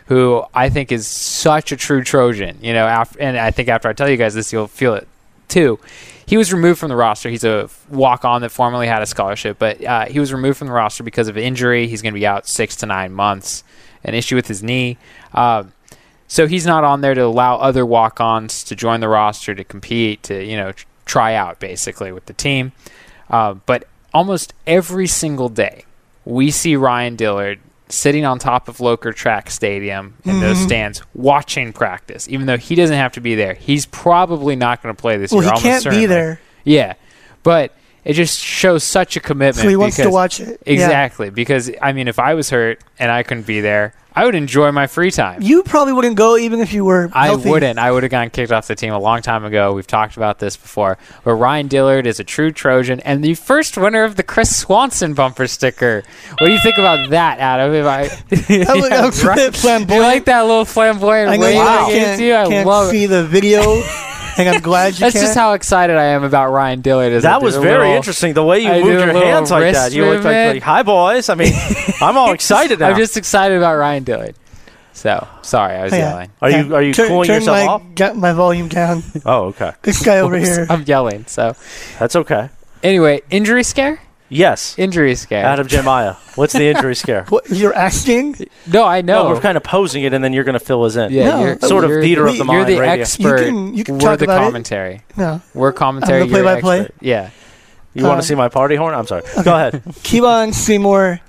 Speaker 5: who I think is such a true Trojan. You know, after, and I think after I tell you guys this, you'll feel it too. He was removed from the roster. He's a walk-on that formerly had a scholarship, but uh, he was removed from the roster because of injury. He's going to be out six to nine months. An issue with his knee. Um, so he's not on there to allow other walk-ons to join the roster to compete to you know tr- try out basically with the team. Uh, but almost every single day, we see Ryan Dillard sitting on top of Loker Track Stadium in those
Speaker 1: Mm-hmm.
Speaker 5: stands watching practice, even though he doesn't have to be there. He's probably not going to play this
Speaker 1: Well, he
Speaker 5: year. almost
Speaker 1: can't
Speaker 5: certainly.
Speaker 1: be there,
Speaker 5: Yeah, but it just shows such a commitment.
Speaker 1: so he wants to
Speaker 5: because-
Speaker 1: watch it. Yeah.
Speaker 5: Exactly, because I mean, if I was hurt and I couldn't be there, I would enjoy my free time.
Speaker 1: You probably wouldn't go even if you were.
Speaker 5: I
Speaker 1: healthy.
Speaker 5: wouldn't. I would have gotten kicked off the team a long time ago. We've talked about this before. But Ryan Dillard is a true Trojan and the first winner of the Chris Swanson bumper sticker. What do you think about that, Adam? If I,
Speaker 1: That was- that was a bit
Speaker 5: You
Speaker 1: flamboyant.
Speaker 5: like that little flamboyant
Speaker 1: I know
Speaker 5: wave
Speaker 1: you
Speaker 5: I gave
Speaker 1: can't,
Speaker 5: to you? I
Speaker 1: can't
Speaker 5: love it.
Speaker 1: see the video, and I'm glad you
Speaker 5: That's
Speaker 1: can.
Speaker 5: just how excited I am about Ryan Dillard. Is I
Speaker 2: that
Speaker 5: do
Speaker 2: was
Speaker 5: a
Speaker 2: very
Speaker 5: little-
Speaker 2: interesting. The way you
Speaker 5: I do
Speaker 2: moved
Speaker 5: a
Speaker 2: your
Speaker 5: little
Speaker 2: hands like that.
Speaker 5: wrist
Speaker 2: You looked like,
Speaker 5: movement.
Speaker 2: like, hi, boys. I mean, I'm all excited now.
Speaker 5: I'm just excited about Ryan Dillard. So sorry, I was
Speaker 1: Oh, Yeah.
Speaker 5: yelling.
Speaker 2: Are you- are you
Speaker 1: turn,
Speaker 2: cooling
Speaker 1: turn
Speaker 2: yourself
Speaker 1: my,
Speaker 2: off?
Speaker 1: Got my volume down.
Speaker 2: oh, okay.
Speaker 1: This guy over here.
Speaker 5: I'm yelling. So
Speaker 2: That's okay.
Speaker 5: anyway, injury scare.
Speaker 2: Yes.
Speaker 5: Injury scare.
Speaker 2: Adam Jemiah, what's the injury scare?
Speaker 1: What, you're asking?
Speaker 5: No, I know.
Speaker 2: No, we're kind of posing it, and then you're going to fill us in.
Speaker 5: Yeah,
Speaker 1: No,
Speaker 5: you're,
Speaker 1: Sort
Speaker 2: of
Speaker 5: you're
Speaker 2: theater
Speaker 5: the,
Speaker 1: of the
Speaker 5: You're
Speaker 2: mind
Speaker 5: the
Speaker 2: radio.
Speaker 5: expert.
Speaker 1: You can- you can
Speaker 5: we're
Speaker 1: talk
Speaker 5: the
Speaker 1: about it.
Speaker 5: commentary.
Speaker 1: No.
Speaker 5: We're commentary.
Speaker 1: I'm the
Speaker 5: you're the
Speaker 1: play-by-play.
Speaker 5: expert. Yeah.
Speaker 2: You want
Speaker 1: Uh,
Speaker 2: to see my party horn? I'm sorry. Go ahead.
Speaker 1: Kevon Seymour.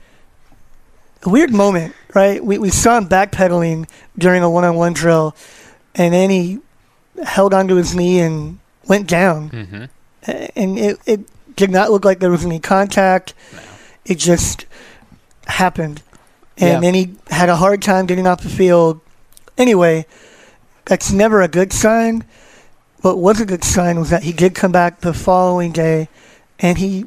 Speaker 1: A weird moment, right? We, we saw him backpedaling during a one on one drill, and then he held onto his knee and went down. Mm-hmm. And it, it did not look like there was any contact. It just happened. And
Speaker 5: Yeah.
Speaker 1: then he had a hard time getting off the field. Anyway, that's never a good sign. What was a good sign was that he did come back the following day and he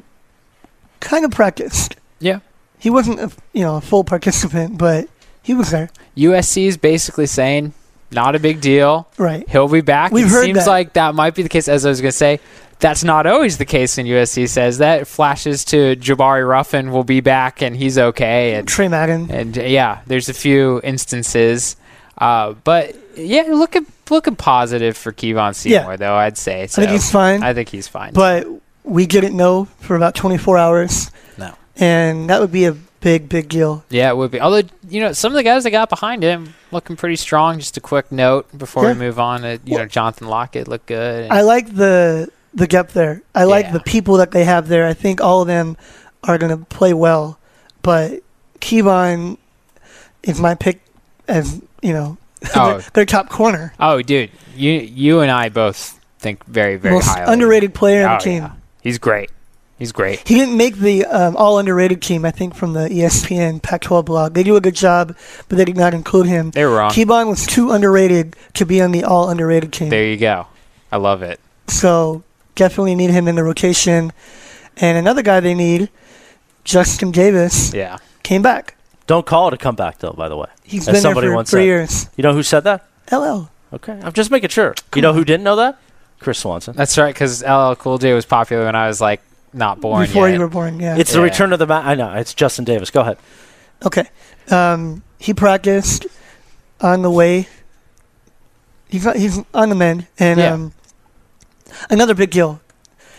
Speaker 1: kind of practiced.
Speaker 5: Yeah.
Speaker 1: He wasn't, a, you know, a full participant, but he was there.
Speaker 5: USC is basically saying, not a big deal.
Speaker 1: Right.
Speaker 5: He'll be back.
Speaker 1: We've
Speaker 5: it
Speaker 1: heard
Speaker 5: seems
Speaker 1: that.
Speaker 5: like that might be the case. As I was going to say, that's not always the case when USC says that. It flashes to Jabari Ruffin will be back and he's okay. And
Speaker 1: Trey Madden.
Speaker 5: and uh, yeah, there's a few instances, uh, but yeah, looking looking positive for Kevon Seymour though. I'd say so.
Speaker 1: he's fine.
Speaker 5: I think he's fine.
Speaker 1: But we didn't know for about 24 hours.
Speaker 5: No.
Speaker 1: And that would be a big, big deal.
Speaker 5: Yeah, it would be. Although you know, some of the guys that got behind him looking pretty strong. Just a quick note before
Speaker 1: Yeah.
Speaker 5: we move on. Uh, you know, Jonathan Lockett looked good. and-
Speaker 1: I like the the depth there. I like
Speaker 5: Yeah.
Speaker 1: the people that they have there. I think all of them are going to play well. But Kevon is my pick as, you know,
Speaker 5: Oh.
Speaker 1: their, their top corner.
Speaker 5: oh, dude, you you and I both think very very
Speaker 1: most
Speaker 5: highly.
Speaker 1: underrated player on
Speaker 5: Oh,
Speaker 1: the team.
Speaker 5: yeah. He's great. He's great.
Speaker 1: He didn't make the um, all underrated team, I think, from the E ESPN Pac 12 blog. They do a good job, but they did not include him.
Speaker 5: They were wrong.
Speaker 1: Kebon was too underrated to be on the all underrated team.
Speaker 5: There you go. I love it.
Speaker 1: So definitely need him in the rotation. And another guy they need, Justin Davis,
Speaker 5: Yeah.
Speaker 1: came back.
Speaker 2: Don't call it a comeback, though. By the way,
Speaker 1: He's
Speaker 2: As
Speaker 1: been there
Speaker 2: somebody
Speaker 1: for
Speaker 2: once
Speaker 1: three
Speaker 2: said.
Speaker 1: years.
Speaker 2: You know who said that?
Speaker 1: LL.
Speaker 2: Okay, I'm just making sure. you know who didn't know that? Chris Swanson.
Speaker 5: That's right, because LL Cool J was popular when I was like not born
Speaker 1: before
Speaker 5: yet.
Speaker 1: you were born. Yeah.
Speaker 2: It's the
Speaker 5: Yeah.
Speaker 2: return of the ma- I know it's Justin Davis. Go ahead.
Speaker 1: okay. Um, he practiced on the way. He's on- he's on the men, and
Speaker 5: Yeah.
Speaker 1: um, another big deal.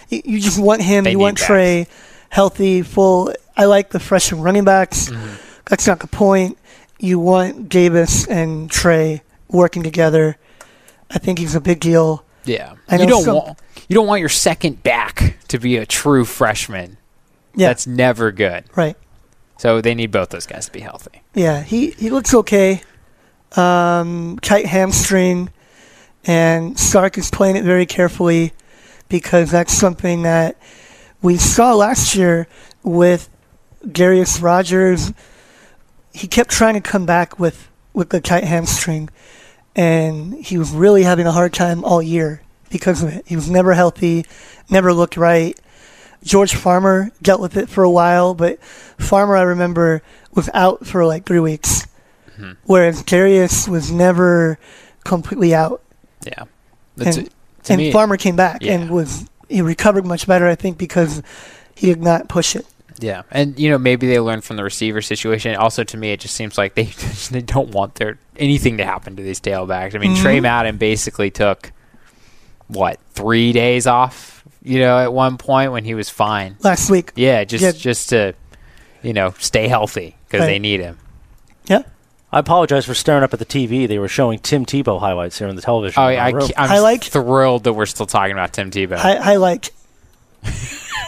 Speaker 1: You, you just want him.
Speaker 5: They
Speaker 1: you
Speaker 5: need
Speaker 1: want
Speaker 5: backs.
Speaker 1: Trey healthy, full. I like the freshman running backs.
Speaker 5: Mm-hmm.
Speaker 1: That's not the point. You want Davis and Trey working together. I think he's a big deal.
Speaker 5: Yeah,
Speaker 1: I
Speaker 5: you
Speaker 1: know
Speaker 5: don't
Speaker 1: some-
Speaker 5: want you don't want your second back to be a true freshman.
Speaker 1: Yeah.
Speaker 5: That's never good.
Speaker 1: right.
Speaker 5: So they need both those guys to be healthy.
Speaker 1: Yeah, he, he looks okay. Um, tight hamstring, and Stark is playing it very carefully because that's something that we saw last year with Darius Rogers. He kept trying to come back with, with the tight hamstring, and he was really having a hard time all year because of it. He was never healthy, never looked right. George Farmer dealt with it for a while, but Farmer, I remember, was out for like three weeks,
Speaker 5: Mm-hmm.
Speaker 1: whereas Darius was never completely out.
Speaker 5: Yeah, that's
Speaker 1: And-
Speaker 5: to
Speaker 1: and
Speaker 5: me-
Speaker 1: Farmer came back
Speaker 5: Yeah.
Speaker 1: and was he recovered much better, I think, because he did not push it.
Speaker 5: Yeah, and you know maybe they learned from the receiver situation. Also, to me, it just seems like they they don't want their anything to happen to these tailbacks. I mean,
Speaker 1: Mm-hmm.
Speaker 5: Trey Madden basically took what three days off. You know, at one point when he was fine.
Speaker 1: Last week,
Speaker 5: Yeah, just
Speaker 1: Yeah.
Speaker 5: just to you know stay healthy because they
Speaker 1: Right.
Speaker 5: need him.
Speaker 1: yeah,
Speaker 2: I apologize for staring up at the TV. They were showing Tim Tebow highlights here on the television.
Speaker 5: Oh,
Speaker 2: in
Speaker 5: yeah,
Speaker 2: my
Speaker 5: I,
Speaker 2: room.
Speaker 5: ca- I'm
Speaker 1: I like-
Speaker 5: thrilled that we're still talking about Tim Tebow.
Speaker 1: I, uh, I liked.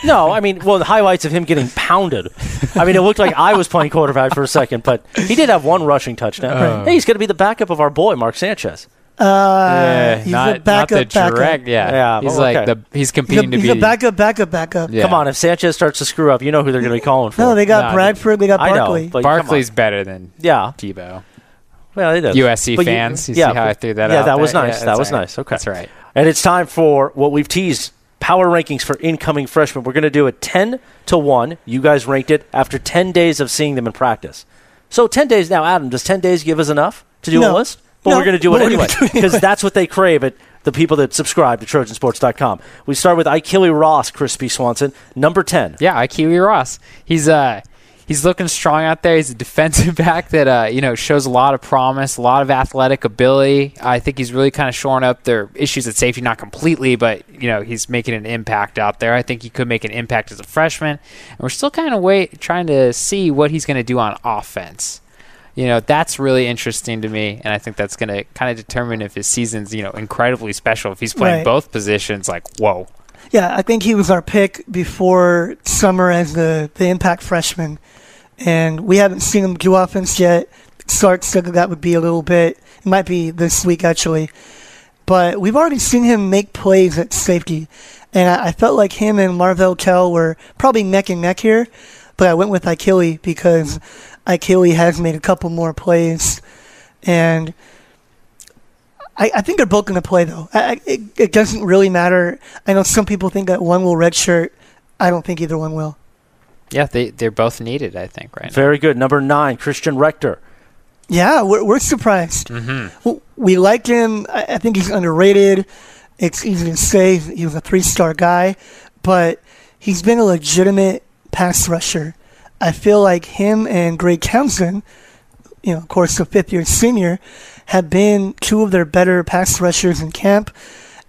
Speaker 2: No, I mean, well, the highlights of him getting pounded. I mean, it looked like I was playing quarterback for a second, but he did have one rushing touchdown.
Speaker 5: Oh.
Speaker 2: Hey, he's going to be the backup of our boy, Mark Sanchez.
Speaker 1: Uh,
Speaker 5: yeah,
Speaker 1: he's
Speaker 5: not,
Speaker 1: a backup,
Speaker 5: not the
Speaker 1: backup.
Speaker 5: direct. Yeah,
Speaker 2: Yeah,
Speaker 5: he's
Speaker 2: well,
Speaker 5: like
Speaker 2: okay.
Speaker 5: the he's
Speaker 1: He's a,
Speaker 5: competing
Speaker 1: he's
Speaker 5: to
Speaker 1: a
Speaker 5: be
Speaker 1: backup, backup, backup.
Speaker 5: Yeah.
Speaker 2: Come on, if Sanchez starts to screw up, you know who they're going to be calling for.
Speaker 1: No, they got
Speaker 5: Nah,
Speaker 1: Bradford, they got
Speaker 2: I know,
Speaker 1: Barkley.
Speaker 2: but come on.
Speaker 5: Barkley's better than
Speaker 2: Yeah.
Speaker 5: Tebow.
Speaker 2: Well, he does.
Speaker 5: USC
Speaker 2: But you-
Speaker 5: fans, you,
Speaker 2: yeah,
Speaker 5: see how I threw that
Speaker 2: yeah,
Speaker 5: out?
Speaker 2: that was
Speaker 5: there?
Speaker 2: nice. that
Speaker 5: Yeah, that's
Speaker 2: was
Speaker 5: all right.
Speaker 2: nice. Okay.
Speaker 5: That's right.
Speaker 2: And it's time for what we've teased power rankings for incoming freshmen. We're going to do it 10 to 1. You guys ranked it after 10 days of seeing them in practice. So 10 days now, Adam, does 10 days give us enough to do
Speaker 1: No.
Speaker 2: a list? But
Speaker 1: No,
Speaker 2: we're going to do
Speaker 1: but
Speaker 2: it
Speaker 1: we're gonna
Speaker 2: anyway
Speaker 1: do it anyway.
Speaker 2: because that's what they crave at the people that subscribe to Trojansports.com. We start with Ikili Ross, Crispy Swanson, number 10.
Speaker 5: Yeah, I Kiwi Ross. He's uh he's looking strong out there. He's a defensive back that uh you know shows a lot of promise, a lot of athletic ability. I think he's really kind of shoring up their issues at safety, not completely, but you know he's making an impact out there. I think he could make an impact as a freshman, and we're still kind of wait trying to see what he's going to do on offense. You know that's really interesting to me, and I think that's going to kind of determine if his season's you know incredibly special. If he's playing
Speaker 1: Right.
Speaker 5: both positions, like whoa,
Speaker 1: Yeah, I think he was our pick before summer as the, the impact freshman. And we haven't seen him do offense yet. Sark said that that would be a little bit. It might be this week, actually. But we've already seen him make plays at safety. And I, I felt like him and Marvell Kell were probably neck and neck here. But I went with Ikili because Ikili has made a couple more plays. And I, I think they're both going to play though. I, I, it, it doesn't really matter. I know some people think that one will redshirt. I don't think either one will.
Speaker 5: yeah, they they're both needed. I think right. now.
Speaker 2: Very good. Number 9, Christian Rector.
Speaker 1: Yeah, we're, we're surprised. W- We like him. I, I think he's underrated. It's easy to say he was a three-star guy, but he's been a legitimate pass rusher. I feel like him and Greg Townsend, you know, of course, a fifth-year senior, have been two of their better pass rushers in camp.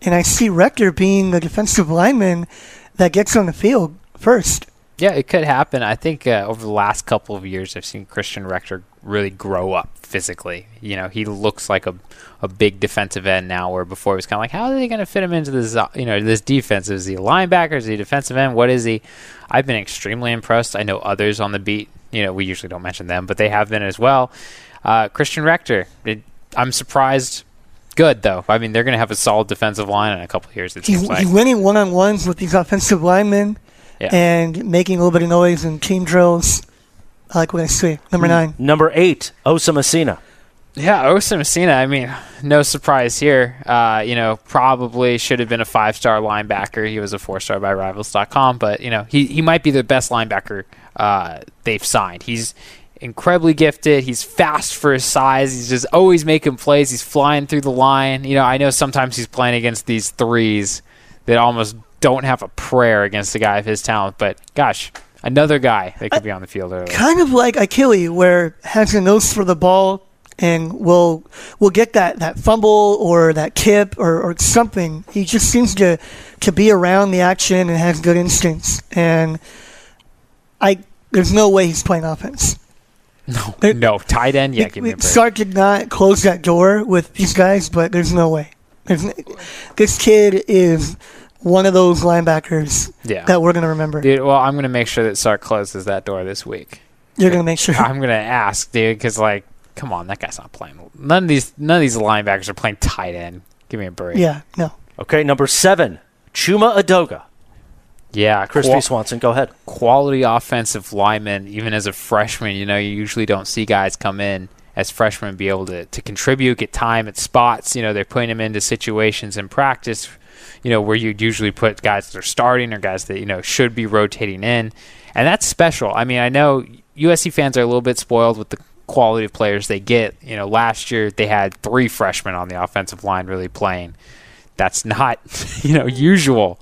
Speaker 1: And I see Rector being the defensive lineman that gets on the field first.
Speaker 5: Yeah, it could happen. I think uh, over the last couple of years, I've seen Christian Rector really grow up physically. You know, he looks like a, a big defensive end now, where before it was kind of like, how are they going to fit him into this, uh, you know, this defense? Is he a linebacker? Is he a defensive end? What is he? I've been extremely impressed. I know others on the beat, you know, we usually don't mention them, but they have been as well. Uh, Christian Rector, it, I'm surprised. Good, though. I mean, they're going to have a solid defensive line in a couple of years. It
Speaker 1: he's,
Speaker 5: seems like.
Speaker 1: he's winning one on ones with these offensive linemen
Speaker 5: Yeah.
Speaker 1: and making a little bit of noise in team drills. I like what I see. Number nine.
Speaker 2: Number 8, Osa Messina.
Speaker 5: Yeah, Osa Messina. I mean, no surprise here. Uh, you know, probably should have been a five star linebacker. He was a four star by Rivals.com, but you know, he he might be the best linebacker uh, they've signed. He's incredibly gifted. He's fast for his size. He's just always making plays. He's flying through the line. You know, I know sometimes he's playing against these threes that almost don't have a prayer against a guy of his talent. But gosh, another guy that could be on the field early.
Speaker 1: kind of like Achille, where has a nose for the ball and will will get that, that fumble or that tip or, or something. He just seems to to be around the action and has good instincts. And I there's no way he's playing offense. there-
Speaker 5: No tight end. Yeah, give me a break.
Speaker 1: Sark did not close that door with these guys, but there's no way. There's n- this kid is one of those linebackers
Speaker 5: Yeah.
Speaker 1: that we're gonna remember.
Speaker 5: Dude, well, I'm gonna make sure that Sark closes that door this week.
Speaker 1: You're gonna make sure.
Speaker 5: I'm gonna ask, dude, because like, come on, that guy's not playing. None of these, none of these linebackers are playing tight end. Give me a break.
Speaker 1: yeah, no.
Speaker 2: Okay, number seven, Chuma Adoga.
Speaker 5: yeah.
Speaker 2: Christy
Speaker 5: qual-
Speaker 2: Swanson, go ahead.
Speaker 5: quality offensive lineman, even as a freshman, you know, you usually don't see guys come in as freshmen be able to, to contribute, get time at spots. You know, they're putting them into situations in practice, you know, where you'd usually put guys that are starting or guys that, you know, should be rotating in. And that's special. I mean, I know USC fans are a little bit spoiled with the quality of players they get. You know, last year they had three freshmen on the offensive line really playing that's not you know usual.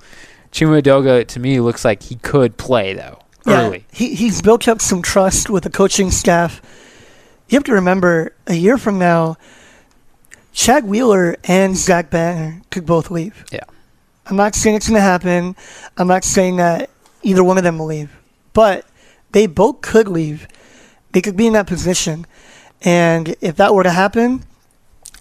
Speaker 5: Chimadoga to me looks like he could play though
Speaker 1: Yeah,
Speaker 5: early.
Speaker 1: He, he's built up some trust with the coaching staff. You have to remember, a year from now, Chad Wheeler and Zach Banner could both leave.
Speaker 5: Yeah.
Speaker 1: I'm not saying it's going to happen. I'm not saying that either one of them will leave, but they both could leave. They could be in that position, and if that were to happen,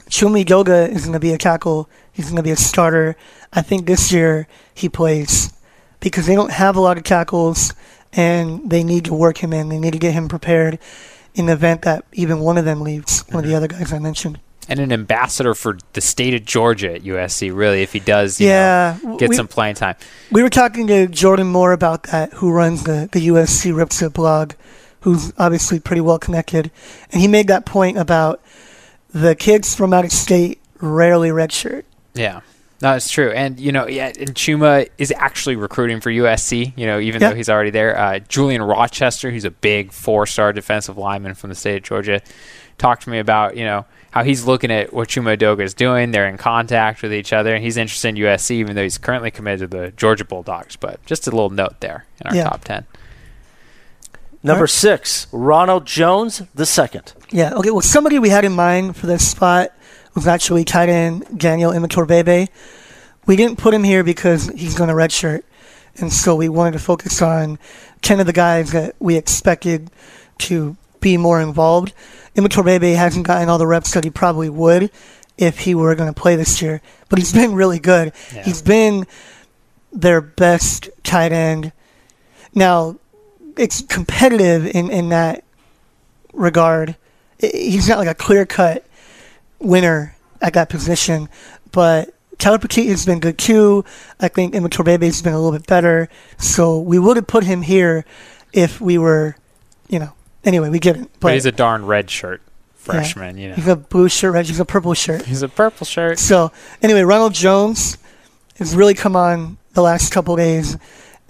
Speaker 1: Chumi Doga is going to be a tackle. He's going to be a starter. I think this year he plays because they don't have a lot of tackles, and they need to work him in. They need to get him prepared in the event that even one of them leaves, one of the other guys I mentioned.
Speaker 5: And an ambassador for the state of Georgia at USC, really, if he does you
Speaker 1: Yeah,
Speaker 5: know,
Speaker 1: w-
Speaker 5: get
Speaker 1: we-
Speaker 5: some playing time.
Speaker 1: We were talking to Jordan Moore about that, who runs the, the USC Ripsit blog, who's obviously pretty well connected. And he made that point about the kids from out of state rarely redshirt.
Speaker 5: Yeah. No, it's true. And, you know, yeah, and Chuma is actually recruiting for USC, you know, even
Speaker 1: Yeah.
Speaker 5: though he's already there. Uh, Julian Rochester, who's a big four star defensive lineman from the state of Georgia, talked to me about, you know, how he's looking at what Chuma Doga is doing. They're in contact with each other, and he's interested in USC, even though he's currently committed to the Georgia Bulldogs. But just a little note there in our
Speaker 1: Yeah.
Speaker 5: top 10.
Speaker 2: Number six, Ronald Jones the second.
Speaker 1: Yeah, okay, well, somebody we had in mind for this spot was actually tight end Daniel Imatorbebe. We didn't put him here because he's going to redshirt. And so we wanted to focus on 10 of the guys that we expected to be more involved. Imatorbebe hasn't gotten all the reps that he probably would if he were going to play this year, but he's been really good. He's been their best tight end. Now, it's competitive in, in that regard. I- He's not like a clear cut winner at that position, but Tyler Petit has been good too. I think Emma Torbebe has been a little bit better. So we would have put him here if we were, you know. Anyway, we didn't. But,
Speaker 5: But he's a darn red shirt
Speaker 1: yeah.
Speaker 5: freshman, you know.
Speaker 1: He's a blue shirt, right? He's a purple shirt.
Speaker 5: He's a purple shirt.
Speaker 1: So anyway, Ronald Jones has really come on the last couple days,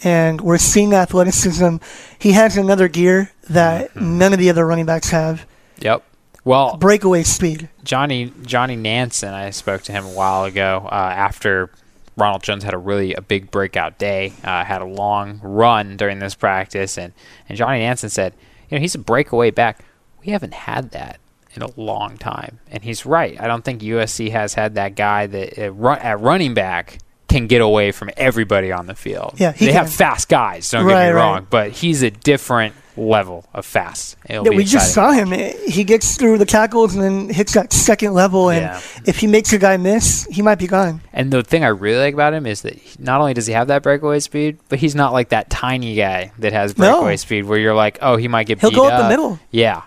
Speaker 1: and we're seeing athleticism. He has another gear that
Speaker 5: Mm-hmm.
Speaker 1: none of the other running backs have:
Speaker 5: Yep. Well,
Speaker 1: breakaway speed.
Speaker 5: Johnny Johnny Nansen. I spoke to him a while ago uh, after Ronald Jones had a really a big breakout day. Uh, had a long run during this practice, and and Johnny Nansen said, you know, he's a breakaway back. We haven't had that in a long time, and he's right. I don't think USC has had that guy that uh, run, at running back can get away from everybody on the field.
Speaker 1: Yeah, he
Speaker 5: they have
Speaker 1: can.
Speaker 5: fast guys. Don't
Speaker 1: Right,
Speaker 5: get me
Speaker 1: right.
Speaker 5: wrong, but he's a different level of fast. It'll
Speaker 1: Yeah,
Speaker 5: be
Speaker 1: we just
Speaker 5: exciting.
Speaker 1: saw him. He gets through the tackles and then hits that second level. And
Speaker 5: Yeah.
Speaker 1: if he makes a guy miss, he might be gone.
Speaker 5: And the thing I really like about him is that he- not only does he have that breakaway speed, but he's not like that tiny guy that has
Speaker 1: No.
Speaker 5: breakaway speed where you're like, oh, he might get
Speaker 1: He'll
Speaker 5: beat
Speaker 1: go up the middle.
Speaker 5: Yeah,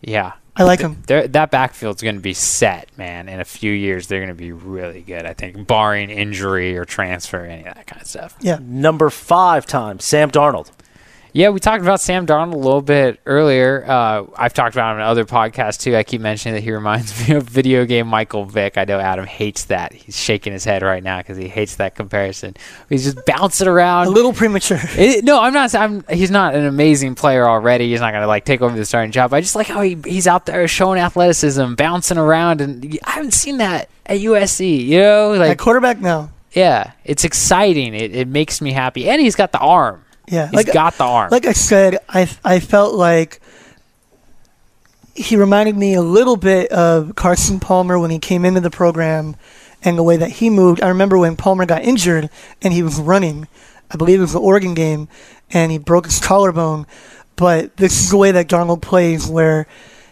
Speaker 5: yeah.
Speaker 1: I like him.
Speaker 5: They're, that backfield's going to be set, man. In a few years, they're going to be really good. I think, barring injury or transfer, any of that kind of stuff.
Speaker 1: Yeah.
Speaker 2: Number five time, Sam Darnold.
Speaker 5: Yeah, we talked about Sam Darnold a little bit earlier. Uh, I've talked about him in other podcasts too. I keep mentioning that he reminds me of video game Michael Vick. I know Adam hates that. He's shaking his head right now because he hates that comparison. He's just bouncing around.
Speaker 1: A little premature.
Speaker 5: It, no, I'm not. I'm, he's not an amazing player already. He's not going to like take over the starting job. I just like how he, he's out there showing athleticism, bouncing around, and I haven't seen that at USC. You know,
Speaker 1: At
Speaker 5: like
Speaker 1: quarterback, no.
Speaker 5: yeah, it's exciting. It, it makes me happy, and he's got the arm.
Speaker 1: Yeah,
Speaker 5: He's got the arm.
Speaker 1: Like I said, I I felt like he reminded me a little bit of Carson Palmer when he came into the program and the way that he moved. I remember when Palmer got injured and he was running. I believe it was the Oregon game, and he broke his collarbone. But this is the way that Darnold plays, where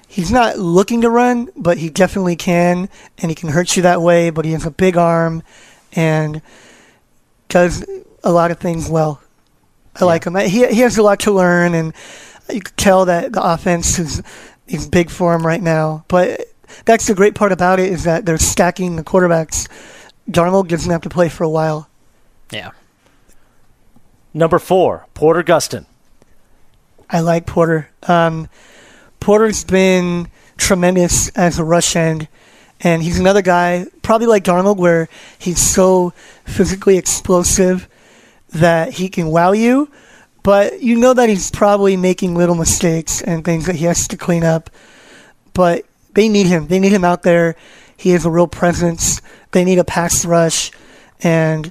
Speaker 1: he's not looking to run, but he definitely can, and he can hurt you that way. But he has a big arm, and does a lot of things well. I like him. He he has a lot to learn, and you could tell that the offense is is big for him right now. But that's the great part about it is that they're stacking the quarterbacks. Darnold doesn't have to play for a while.
Speaker 5: Yeah.
Speaker 2: Number four, Porter Gustin.
Speaker 1: I like Porter. Um, Porter's been tremendous as a rush end, and he's another guy, probably like Darnold, where he's so physically explosive that he can wow you, but you know that he's probably making little mistakes and things that he has to clean up. But they need him. They need him out there. He is a real presence. They need a pass rush, and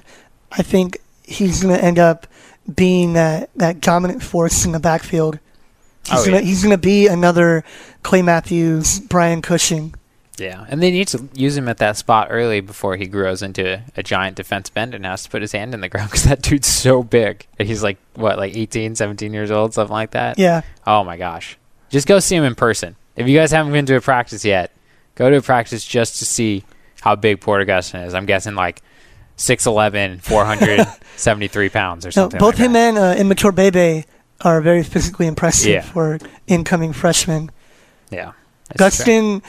Speaker 1: I think he's going to end up being that, that dominant force in the backfield. He's
Speaker 5: Oh,
Speaker 1: gonna,
Speaker 5: yeah.
Speaker 1: he's going to be another Clay Matthews, Brian Cushing.
Speaker 5: Yeah, and they need to use him at that spot early before he grows into a giant defense bend and has to put his hand in the ground because that dude's so big. He's like, what, like 18, 17 years old, something like that?
Speaker 1: Yeah.
Speaker 5: Oh my gosh. Just go see him in person. If you guys haven't been to a practice yet, go to a practice just to see how big Porter Gustin is. I'm guessing like 6'11, 473 pounds or
Speaker 1: No,
Speaker 5: something.
Speaker 1: both
Speaker 5: like
Speaker 1: him
Speaker 5: that.
Speaker 1: and uh, Immature Bebe are very physically impressive
Speaker 5: Yeah.
Speaker 1: for incoming freshmen.
Speaker 5: Yeah. That's true.
Speaker 1: Gustin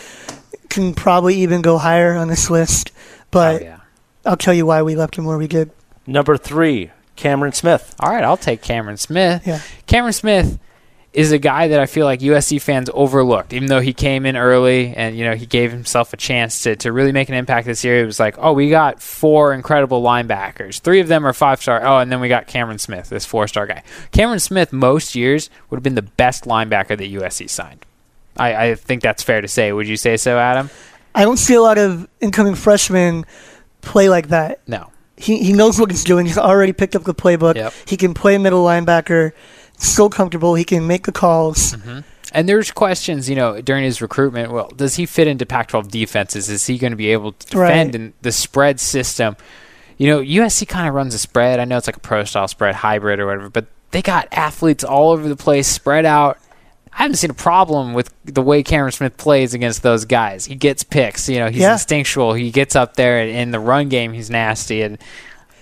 Speaker 1: can probably even go higher on this list,
Speaker 5: Oh,
Speaker 1: but
Speaker 5: yeah.
Speaker 1: I'll tell you why we left him where we did.
Speaker 2: Number three, Cameron Smith.
Speaker 5: All right, I'll take Cameron Smith.
Speaker 1: Yeah.
Speaker 5: Cameron Smith is a guy that I feel like USC fans overlooked, even though he came in early and you know he gave himself a chance to, to really make an impact this year. It was like, oh, we got four incredible linebackers. Three of them are five star. Oh, and then we got Cameron Smith, this four star guy. Cameron Smith, most years would have been the best linebacker that USC signed. I, I think that's fair to say. Would you say so, Adam?
Speaker 1: I don't see a lot of incoming freshmen play like that.
Speaker 5: No.
Speaker 1: He, he knows what he's doing. He's already picked up the playbook.
Speaker 5: Yep.
Speaker 1: He can play middle linebacker. So comfortable. He can make the calls.
Speaker 5: Mm-hmm. And there's questions, you know, during his recruitment. Well, does he fit into Pac-12 defenses? Is he going to be able to defend
Speaker 1: Right.
Speaker 5: in the spread system? You know, USC kind of runs a spread. I know it's like a pro-style spread, hybrid or whatever, but they got athletes all over the place, spread out. I haven't seen a problem with the way Cameron Smith plays against those guys. He gets picks. You know, he's
Speaker 1: Yeah.
Speaker 5: instinctual. He gets up there, and in the run game, he's nasty. And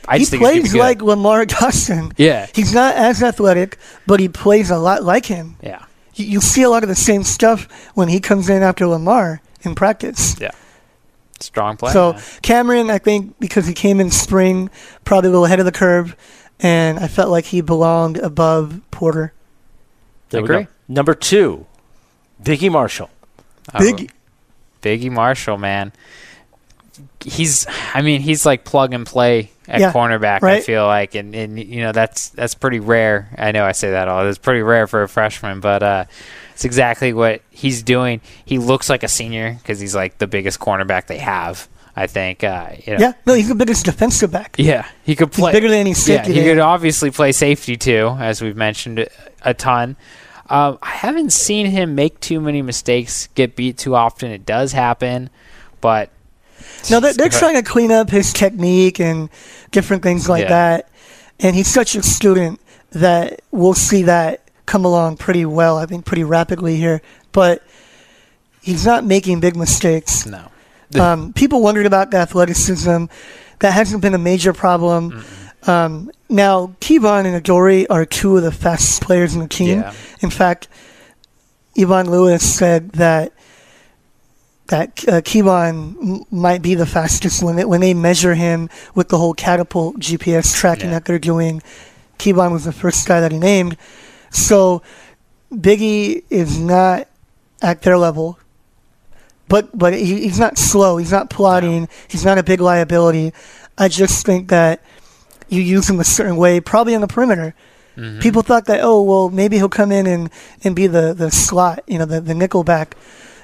Speaker 5: I
Speaker 1: He
Speaker 5: just think he's gonna be
Speaker 1: plays
Speaker 5: good.
Speaker 1: like Lamar Dawson.
Speaker 5: Yeah.
Speaker 1: He's not as athletic, but he plays a lot like him.
Speaker 5: yeah,
Speaker 1: You, you see a lot of the same stuff when he comes in after Lamar in practice.
Speaker 5: yeah, strong play.
Speaker 1: So
Speaker 5: man.
Speaker 1: Cameron, I think because he came in spring, probably a little ahead of the curve, and I felt like he belonged above Porter.
Speaker 2: There we
Speaker 5: Agree.
Speaker 2: go. Number two, Biggie Marshall.
Speaker 5: Oh.
Speaker 1: Big,
Speaker 5: Biggie Marshall, man. He's I mean, he's like plug and play at
Speaker 1: Yeah,
Speaker 5: cornerback, I
Speaker 1: right.
Speaker 5: feel like. And and you know, that's that's pretty rare. I know I say that all it's pretty rare for a freshman, but uh it's exactly what he's doing. He looks like a senior because he's like the biggest cornerback they have, I think. Uh, you know,
Speaker 1: yeah, no, he's the biggest defensive back.
Speaker 5: yeah, he could play
Speaker 1: bigger than any safety
Speaker 5: Yeah, he
Speaker 1: they-
Speaker 5: could obviously play safety too, as we've mentioned a ton. Um, I haven't seen him make too many mistakes, get beat too often. It does happen, but
Speaker 1: No, they're, they're
Speaker 5: Jeez,
Speaker 1: trying to clean up his technique and different things like
Speaker 5: Yeah.
Speaker 1: that. And he's such a student that we'll see that come along pretty well, I think, pretty rapidly here. But he's not making big mistakes.
Speaker 5: no.
Speaker 1: Um, people wondered about the athleticism. That hasn't been a major problem. Um, now, Kevon and Adori are two of the fastest players in the team.
Speaker 5: Yeah.
Speaker 1: In fact, Yvonne Lewis said that that uh, Kevon m- might be the fastest when they, when they measure him with the whole catapult GPS tracking
Speaker 5: Yeah.
Speaker 1: that they're doing. Kevon was the first guy that he named. So Biggie is not at their level, but but he, he's not slow. He's not plotting. He's not a big liability. I just think that you use him a certain way, probably on the perimeter.
Speaker 5: Mm-hmm.
Speaker 1: People thought that oh well maybe he'll come in and, and be the, the slot you know the the nickel back.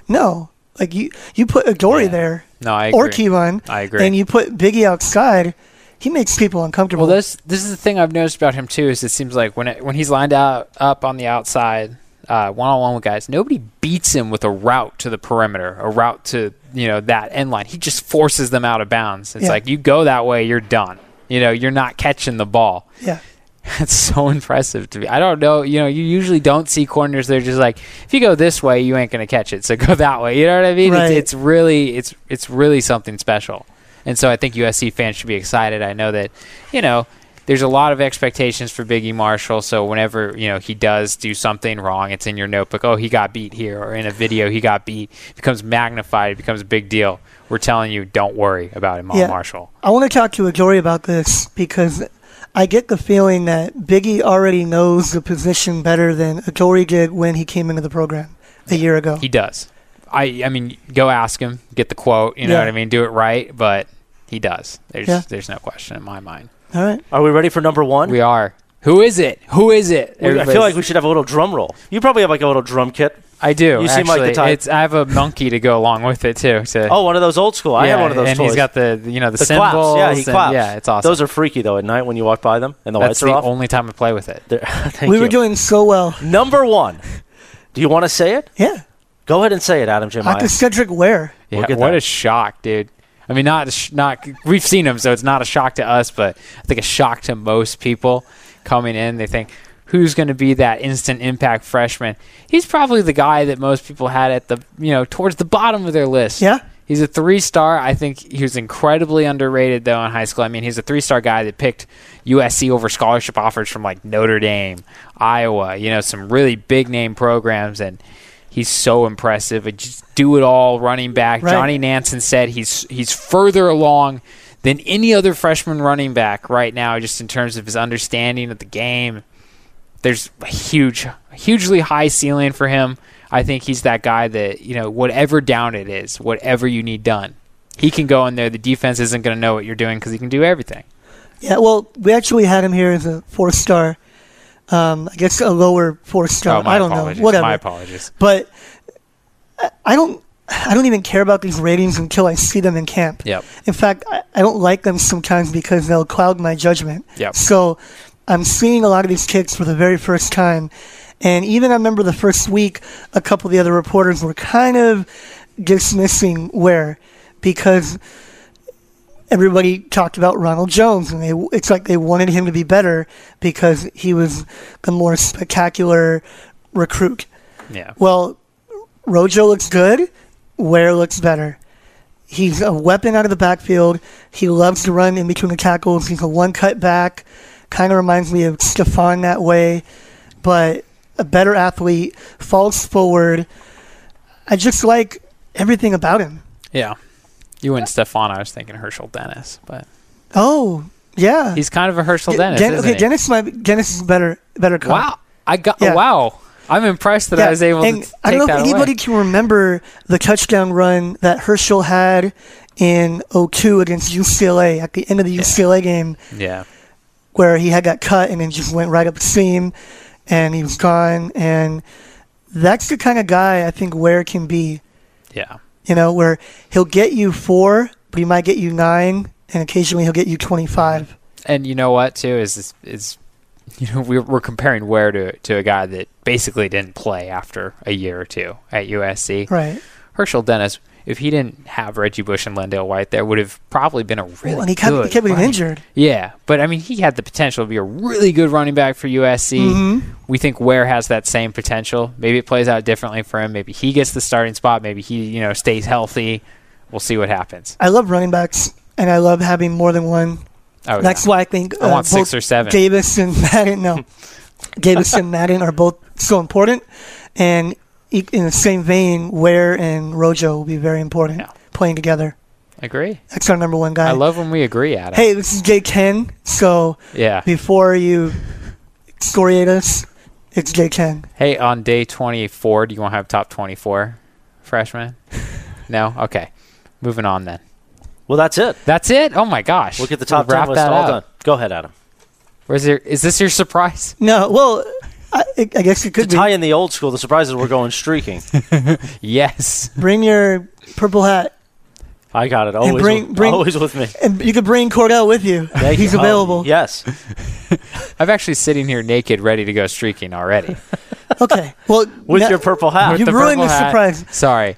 Speaker 1: No, like you you put Adori there.
Speaker 5: No, I
Speaker 1: or
Speaker 5: agree.
Speaker 1: Kevon.
Speaker 5: I agree.
Speaker 1: And you put Biggie outside. He makes people uncomfortable.
Speaker 5: Well, this this is the thing I've noticed about him too. Is it seems like when it, when he's lined out up on the outside, one on one with guys, nobody beats him with a route to the perimeter, a route to you know that end line. He just forces them out of bounds. It's
Speaker 1: Yeah.
Speaker 5: like you go that way, you're done. You know, you're not catching the ball.
Speaker 1: yeah.
Speaker 5: That's so impressive to me. I don't know. You know, you usually don't see corners. They're just like, if you go this way, you ain't gonna catch it. So go that way. You know what I mean?
Speaker 1: Right.
Speaker 5: It's, it's really, it's it's really something special. And so I think USC fans should be excited. I know that, you know, there's a lot of expectations for Biggie Marshall. So whenever you know he does do something wrong, it's in your notebook. Oh, he got beat here, or in a video he got beat. It becomes magnified. It becomes a big deal. We're telling you, don't worry about Iman
Speaker 1: Yeah.
Speaker 5: Marshall.
Speaker 1: I want to talk to Adori about this because I get the feeling that Biggie already knows the position better than Adori did when he came into the program a year ago.
Speaker 5: He does. I I mean, go ask him, get the quote. You know
Speaker 1: Yeah.
Speaker 5: what I mean? Do it right, but he does. There's
Speaker 1: Yeah.
Speaker 5: there's no question in my mind.
Speaker 1: All right.
Speaker 2: Are we ready for number one?
Speaker 5: We are. Who is it? Who is it?
Speaker 2: I feel like we should have a little drum roll. You probably have like a little drum kit.
Speaker 5: I do.
Speaker 2: You
Speaker 5: actually.
Speaker 2: seem like the type-
Speaker 5: It's I have a monkey to go along with it too. So
Speaker 2: Oh, one of those old school. I have one of those
Speaker 5: And
Speaker 2: toys.
Speaker 5: he's got the the, you know the,
Speaker 2: the
Speaker 5: symbols.
Speaker 2: claps. Yeah, he
Speaker 5: and-
Speaker 2: claps.
Speaker 5: Yeah, it's awesome.
Speaker 2: Those are freaky though at night when you walk by them and the lights
Speaker 5: That's the
Speaker 2: are off.
Speaker 5: only time I play with it.
Speaker 2: They're- Thank
Speaker 1: we
Speaker 2: you.
Speaker 1: were doing so well.
Speaker 2: number one. Do you want to say it?
Speaker 1: Yeah.
Speaker 2: Go ahead and say it, Adam Jim.
Speaker 1: How could Cedric Ware?
Speaker 5: Yeah,
Speaker 2: Look at
Speaker 5: what
Speaker 2: that.
Speaker 5: a shock, dude. I mean, not a sh- not we've seen him, so it's not a shock to us, but I think a shock to most people coming in. They think who's going to be that instant impact freshman? He's probably the guy that most people had at the you know towards the bottom of their list.
Speaker 1: Yeah.
Speaker 5: He's a three star. I think he was incredibly underrated though in high school. I mean, he's a three star guy that picked USC over scholarship offers from like Notre Dame, Iowa, you know, some really big name programs and he's so impressive. A just do it all running back.
Speaker 1: Right.
Speaker 5: Johnny Nansen said he's he's further along than any other freshman running back right now just in terms of his understanding of the game there's a huge, hugely high ceiling for him. I think he's that guy that you know, whatever down it is, whatever you need done, he can go in there. The defense isn't going to know what you're doing because he can do everything.
Speaker 1: Yeah, well, we actually had him here as a four star. Um, I guess a lower four star.
Speaker 5: oh, my
Speaker 1: Uh, I don't
Speaker 5: apologies.
Speaker 1: know. Whatever.
Speaker 5: My apologies.
Speaker 1: But I- I don't. I don't even care about these ratings until I see them in camp.
Speaker 5: Yep.
Speaker 1: In fact, I, I don't like them sometimes because they'll cloud my judgment.
Speaker 5: Yep.
Speaker 1: So I'm seeing a lot of these kids for the very first time. And even I remember the first week, a couple of the other reporters were kind of dismissing Ware because everybody talked about Ronald Jones, and they it's like they wanted him to be better because he was the more spectacular recruit.
Speaker 5: Yeah.
Speaker 1: Well, Rojo looks good. Ware looks better. He's a weapon out of the backfield. He loves to run in between the tackles. He's a one cut back. Kind of reminds me of Stefan that way, but a better athlete, falls forward. I just like everything about him.
Speaker 5: Yeah. You and Stefan, I was thinking Herschel Dennis, but
Speaker 1: Oh, yeah.
Speaker 5: he's kind of a Herschel
Speaker 1: Den-
Speaker 5: Dennis.
Speaker 1: Den-
Speaker 5: isn't
Speaker 1: okay,
Speaker 5: he?
Speaker 1: Dennis might be, Dennis is better better call.
Speaker 5: Wow. I got.
Speaker 1: Yeah.
Speaker 5: Wow. I'm impressed that I was able
Speaker 1: and
Speaker 5: to.
Speaker 1: I don't
Speaker 5: take
Speaker 1: know if
Speaker 5: that away.
Speaker 1: anybody can remember the touchdown run that Herschel had in 02 against UCLA at the end of the UCLA game
Speaker 5: Yeah.
Speaker 1: where he had got cut and then just went right up the seam and he was gone and that's the kind of guy I think Ware can be,
Speaker 5: Yeah.
Speaker 1: you know, where he'll get you 4, but he might get you 9 and occasionally he'll get you 25.
Speaker 5: and you know what too is is, is you know we're, we're comparing Ware to to a guy that basically didn't play after a year or two at USC.
Speaker 1: Right.
Speaker 5: Herschel Dennis, if he didn't have Reggie Bush and Lendale White there, would have probably been a really
Speaker 1: and he kept,
Speaker 5: good
Speaker 1: he kept getting
Speaker 5: running-
Speaker 1: injured.
Speaker 5: Yeah, but I mean he had the potential to be a really good running back for USC.
Speaker 1: Mm-hmm.
Speaker 5: We think Ware has that same potential. Maybe it plays out differently for him. Maybe he gets the starting spot. Maybe he you know stays healthy. We'll see what happens.
Speaker 1: I love running backs and I love having more than one
Speaker 5: Oh,
Speaker 1: That's
Speaker 5: yeah.
Speaker 1: why I think uh,
Speaker 5: I want six
Speaker 1: both
Speaker 5: or seven.
Speaker 1: Davis and Madden, no, Davis and Madden are both so important, and e- in the same vein, Ware and Rojo will be very important
Speaker 5: Yeah.
Speaker 1: playing together.
Speaker 5: agree.
Speaker 1: That's our number one guy.
Speaker 5: I love when we agree, Adam.
Speaker 1: Hey, this is Jay Ken. So
Speaker 5: yeah.
Speaker 1: before you excoriate us, It's Jay Chang.
Speaker 5: Hey, on day 24, do you want to have top 24 freshmen? no? Okay. Moving on then.
Speaker 2: Well, that's it.
Speaker 5: That's it? Oh my gosh.
Speaker 2: Look at the top
Speaker 5: We'll
Speaker 2: ten list. All
Speaker 5: up.
Speaker 2: done. Go ahead, Adam.
Speaker 5: Where's your, is this your surprise?
Speaker 1: No, well, I, I guess it
Speaker 2: To
Speaker 1: could be.
Speaker 2: tie in the old school, the surprises were going streaking.
Speaker 5: Yes.
Speaker 1: Bring your purple hat,
Speaker 2: I got it. Always,
Speaker 1: bring-
Speaker 2: with,
Speaker 1: bring-
Speaker 2: always with me.
Speaker 1: and you could bring Cordell with you.
Speaker 2: Thank
Speaker 1: He's
Speaker 2: you. Oh,
Speaker 1: available.
Speaker 2: yes.
Speaker 5: I'm actually sitting here naked, ready to go streaking already.
Speaker 1: Okay. Well,
Speaker 2: With
Speaker 1: now-
Speaker 2: your purple hat.
Speaker 1: You
Speaker 5: The
Speaker 1: ruined
Speaker 5: purple
Speaker 1: the
Speaker 5: hat.
Speaker 1: surprise.
Speaker 5: Sorry.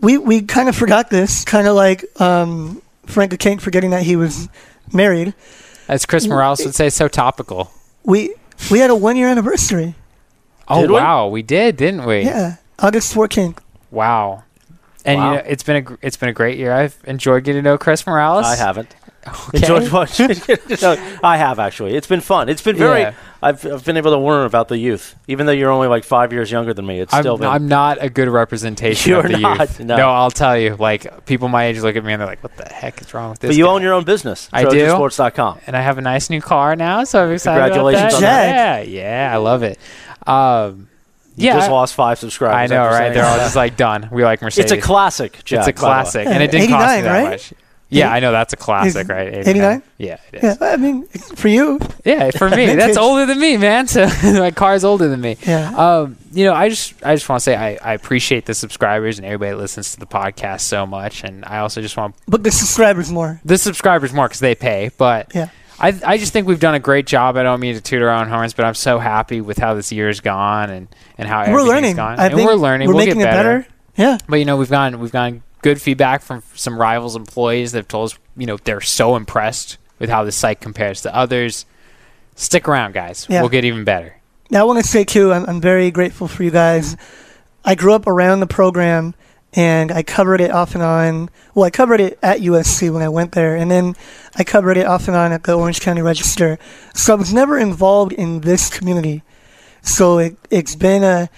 Speaker 1: We we kind of forgot this, kind of like um, Frank King forgetting that he was married.
Speaker 5: As Chris Morales would say, so topical.
Speaker 1: We we had a one year anniversary.
Speaker 5: Oh,
Speaker 2: Did we?
Speaker 5: wow. We? did, didn't we?
Speaker 1: Yeah, August 14th.
Speaker 5: Wow. And
Speaker 2: Wow.
Speaker 5: you know, it's been a gr- it's been a great year. I've enjoyed getting to know Chris Morales.
Speaker 2: I haven't. Enjoyed watching. No, I have actually. It's been fun. It's been very.
Speaker 5: Yeah.
Speaker 2: I've, I've been able to learn about the youth, even though you're only like five years younger than me. It's
Speaker 5: I'm,
Speaker 2: still been.
Speaker 5: I'm not a good representation
Speaker 2: You're
Speaker 5: of the
Speaker 2: not,
Speaker 5: youth.
Speaker 2: no.
Speaker 5: I'll tell you. Like people my age look at me and they're like, "What the heck is wrong with this?"
Speaker 2: but you
Speaker 5: guy?"
Speaker 2: own your own business.
Speaker 5: I do.
Speaker 2: Trojansports.com.
Speaker 5: and I have a nice new car now, so I'm excited. about
Speaker 2: Congratulations
Speaker 5: that.
Speaker 1: on that.
Speaker 5: Yeah, yeah, I love it. Um,
Speaker 2: You
Speaker 5: yeah,
Speaker 2: just
Speaker 5: I-
Speaker 2: lost five
Speaker 5: I
Speaker 2: subscribers.
Speaker 5: know,
Speaker 2: after
Speaker 5: right?
Speaker 2: saying
Speaker 5: They're all
Speaker 2: that.
Speaker 5: just like done. We like Mercedes.
Speaker 2: It's a classic. Jack,
Speaker 5: It's a
Speaker 2: by the way.
Speaker 5: classic, and it didn't cost me
Speaker 1: 89,
Speaker 5: that
Speaker 1: right?
Speaker 5: much. Yeah,
Speaker 1: Eighty-
Speaker 5: I know that's a classic,
Speaker 1: Is-
Speaker 5: right? 89?
Speaker 1: 89?
Speaker 5: Yeah, it is.
Speaker 1: Yeah, I mean, for you,
Speaker 5: Yeah, for me,
Speaker 1: Vintage.
Speaker 5: that's older than me, man. So my car's older than me.
Speaker 1: Yeah.
Speaker 5: Um, you know, I just I just want to say I, I appreciate the subscribers and everybody that listens to the podcast so much, and I also just want
Speaker 1: but the subscribers more.
Speaker 5: the subscribers more because they pay, but
Speaker 1: Yeah.
Speaker 5: I I just think we've done a great job. I don't mean to toot our own horns, but I'm so happy with how this year's gone and and how
Speaker 1: We're
Speaker 5: everything's
Speaker 1: learning.
Speaker 5: gone,
Speaker 1: I
Speaker 5: and
Speaker 1: think
Speaker 5: we're learning.
Speaker 1: We're
Speaker 5: we'll
Speaker 1: making
Speaker 5: get
Speaker 1: it better. Yeah.
Speaker 5: but you know, we've gotten we've gotten good feedback from some rivals employees. They've told us, you know, they're so impressed with how the site compares to others. Stick around, guys.
Speaker 1: Yeah.
Speaker 5: We'll get even better.
Speaker 1: Now, I want to say, too, I'm, I'm very grateful for you guys. I grew up around the program and I covered it off and on. Well, I covered it at USC when I went there, and then I covered it off and on at the Orange County Register. So I was never involved in this community. So it, it's been a,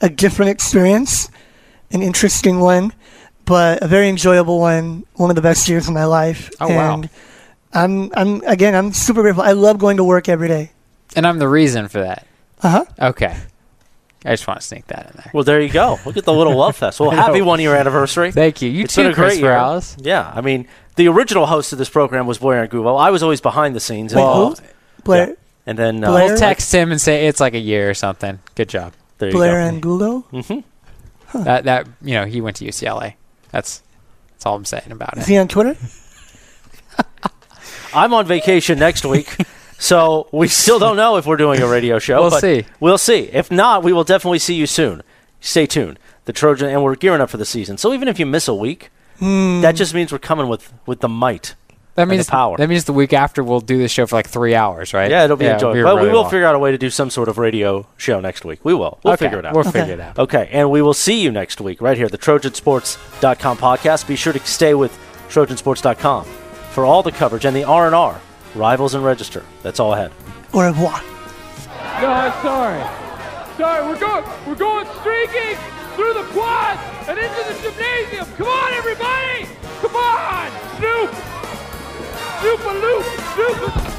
Speaker 1: a different experience, an interesting one, but a very enjoyable one, one of the best years of my life.
Speaker 5: Oh, wow.
Speaker 1: And I'm, I'm, again, I'm super grateful. I love going to work every day.
Speaker 5: And I'm the reason for that.
Speaker 1: Uh huh.
Speaker 5: Okay. I just want to sneak that in there.
Speaker 2: Well, there you go. Look at the little love fest. Well, happy one year anniversary.
Speaker 5: Thank you. You
Speaker 2: It's been
Speaker 5: too,
Speaker 2: a great
Speaker 5: Chris
Speaker 2: year.
Speaker 5: Morales.
Speaker 2: Yeah, I mean, the original host of this program was Blair Angulo. I was always behind the scenes.
Speaker 1: Wait,
Speaker 2: and-
Speaker 1: who? Blair,
Speaker 2: Yeah. And then uh,
Speaker 1: Blair?
Speaker 5: We'll text him and say it's like a year or something. Good job.
Speaker 2: There you
Speaker 1: Blair
Speaker 2: go. Mm-hmm.
Speaker 1: Angulo?
Speaker 5: That that you know he went to UCLA. That's that's all I'm saying about
Speaker 1: Is
Speaker 5: it.
Speaker 1: he on Twitter?
Speaker 2: I'm on vacation next week, so we still don't know if we're doing a radio show.
Speaker 5: We'll
Speaker 2: but
Speaker 5: see.
Speaker 2: We'll see. If not, we will definitely see you soon. Stay tuned. The Trojan, and we're gearing up for the season. So even if you miss a week,
Speaker 1: Hmm.
Speaker 2: that just means we're coming with with the might.
Speaker 5: That
Speaker 2: and the
Speaker 5: means
Speaker 2: power.
Speaker 5: That means the week after we'll do this show for like three hours, right?
Speaker 2: Yeah, it'll be
Speaker 5: it'll
Speaker 2: enjoyable. But
Speaker 5: really
Speaker 2: we will
Speaker 5: long.
Speaker 2: figure out a way to do some sort of radio show next week. We will. We'll
Speaker 5: Okay,
Speaker 2: figure it out.
Speaker 5: We'll figure it out.
Speaker 2: Okay, and we will see you next week right here, the Trojansports.com podcast. Be sure to stay with Trojansports.com for all the coverage and the R&R, Rivals and Register. That's all ahead.
Speaker 1: Au revoir.
Speaker 9: No, I'm sorry. Sorry, we're going, we're going streaking through the quad and into the gymnasium. Come on, everybody! Come on, Snoop! Snoop a loop, Snoop a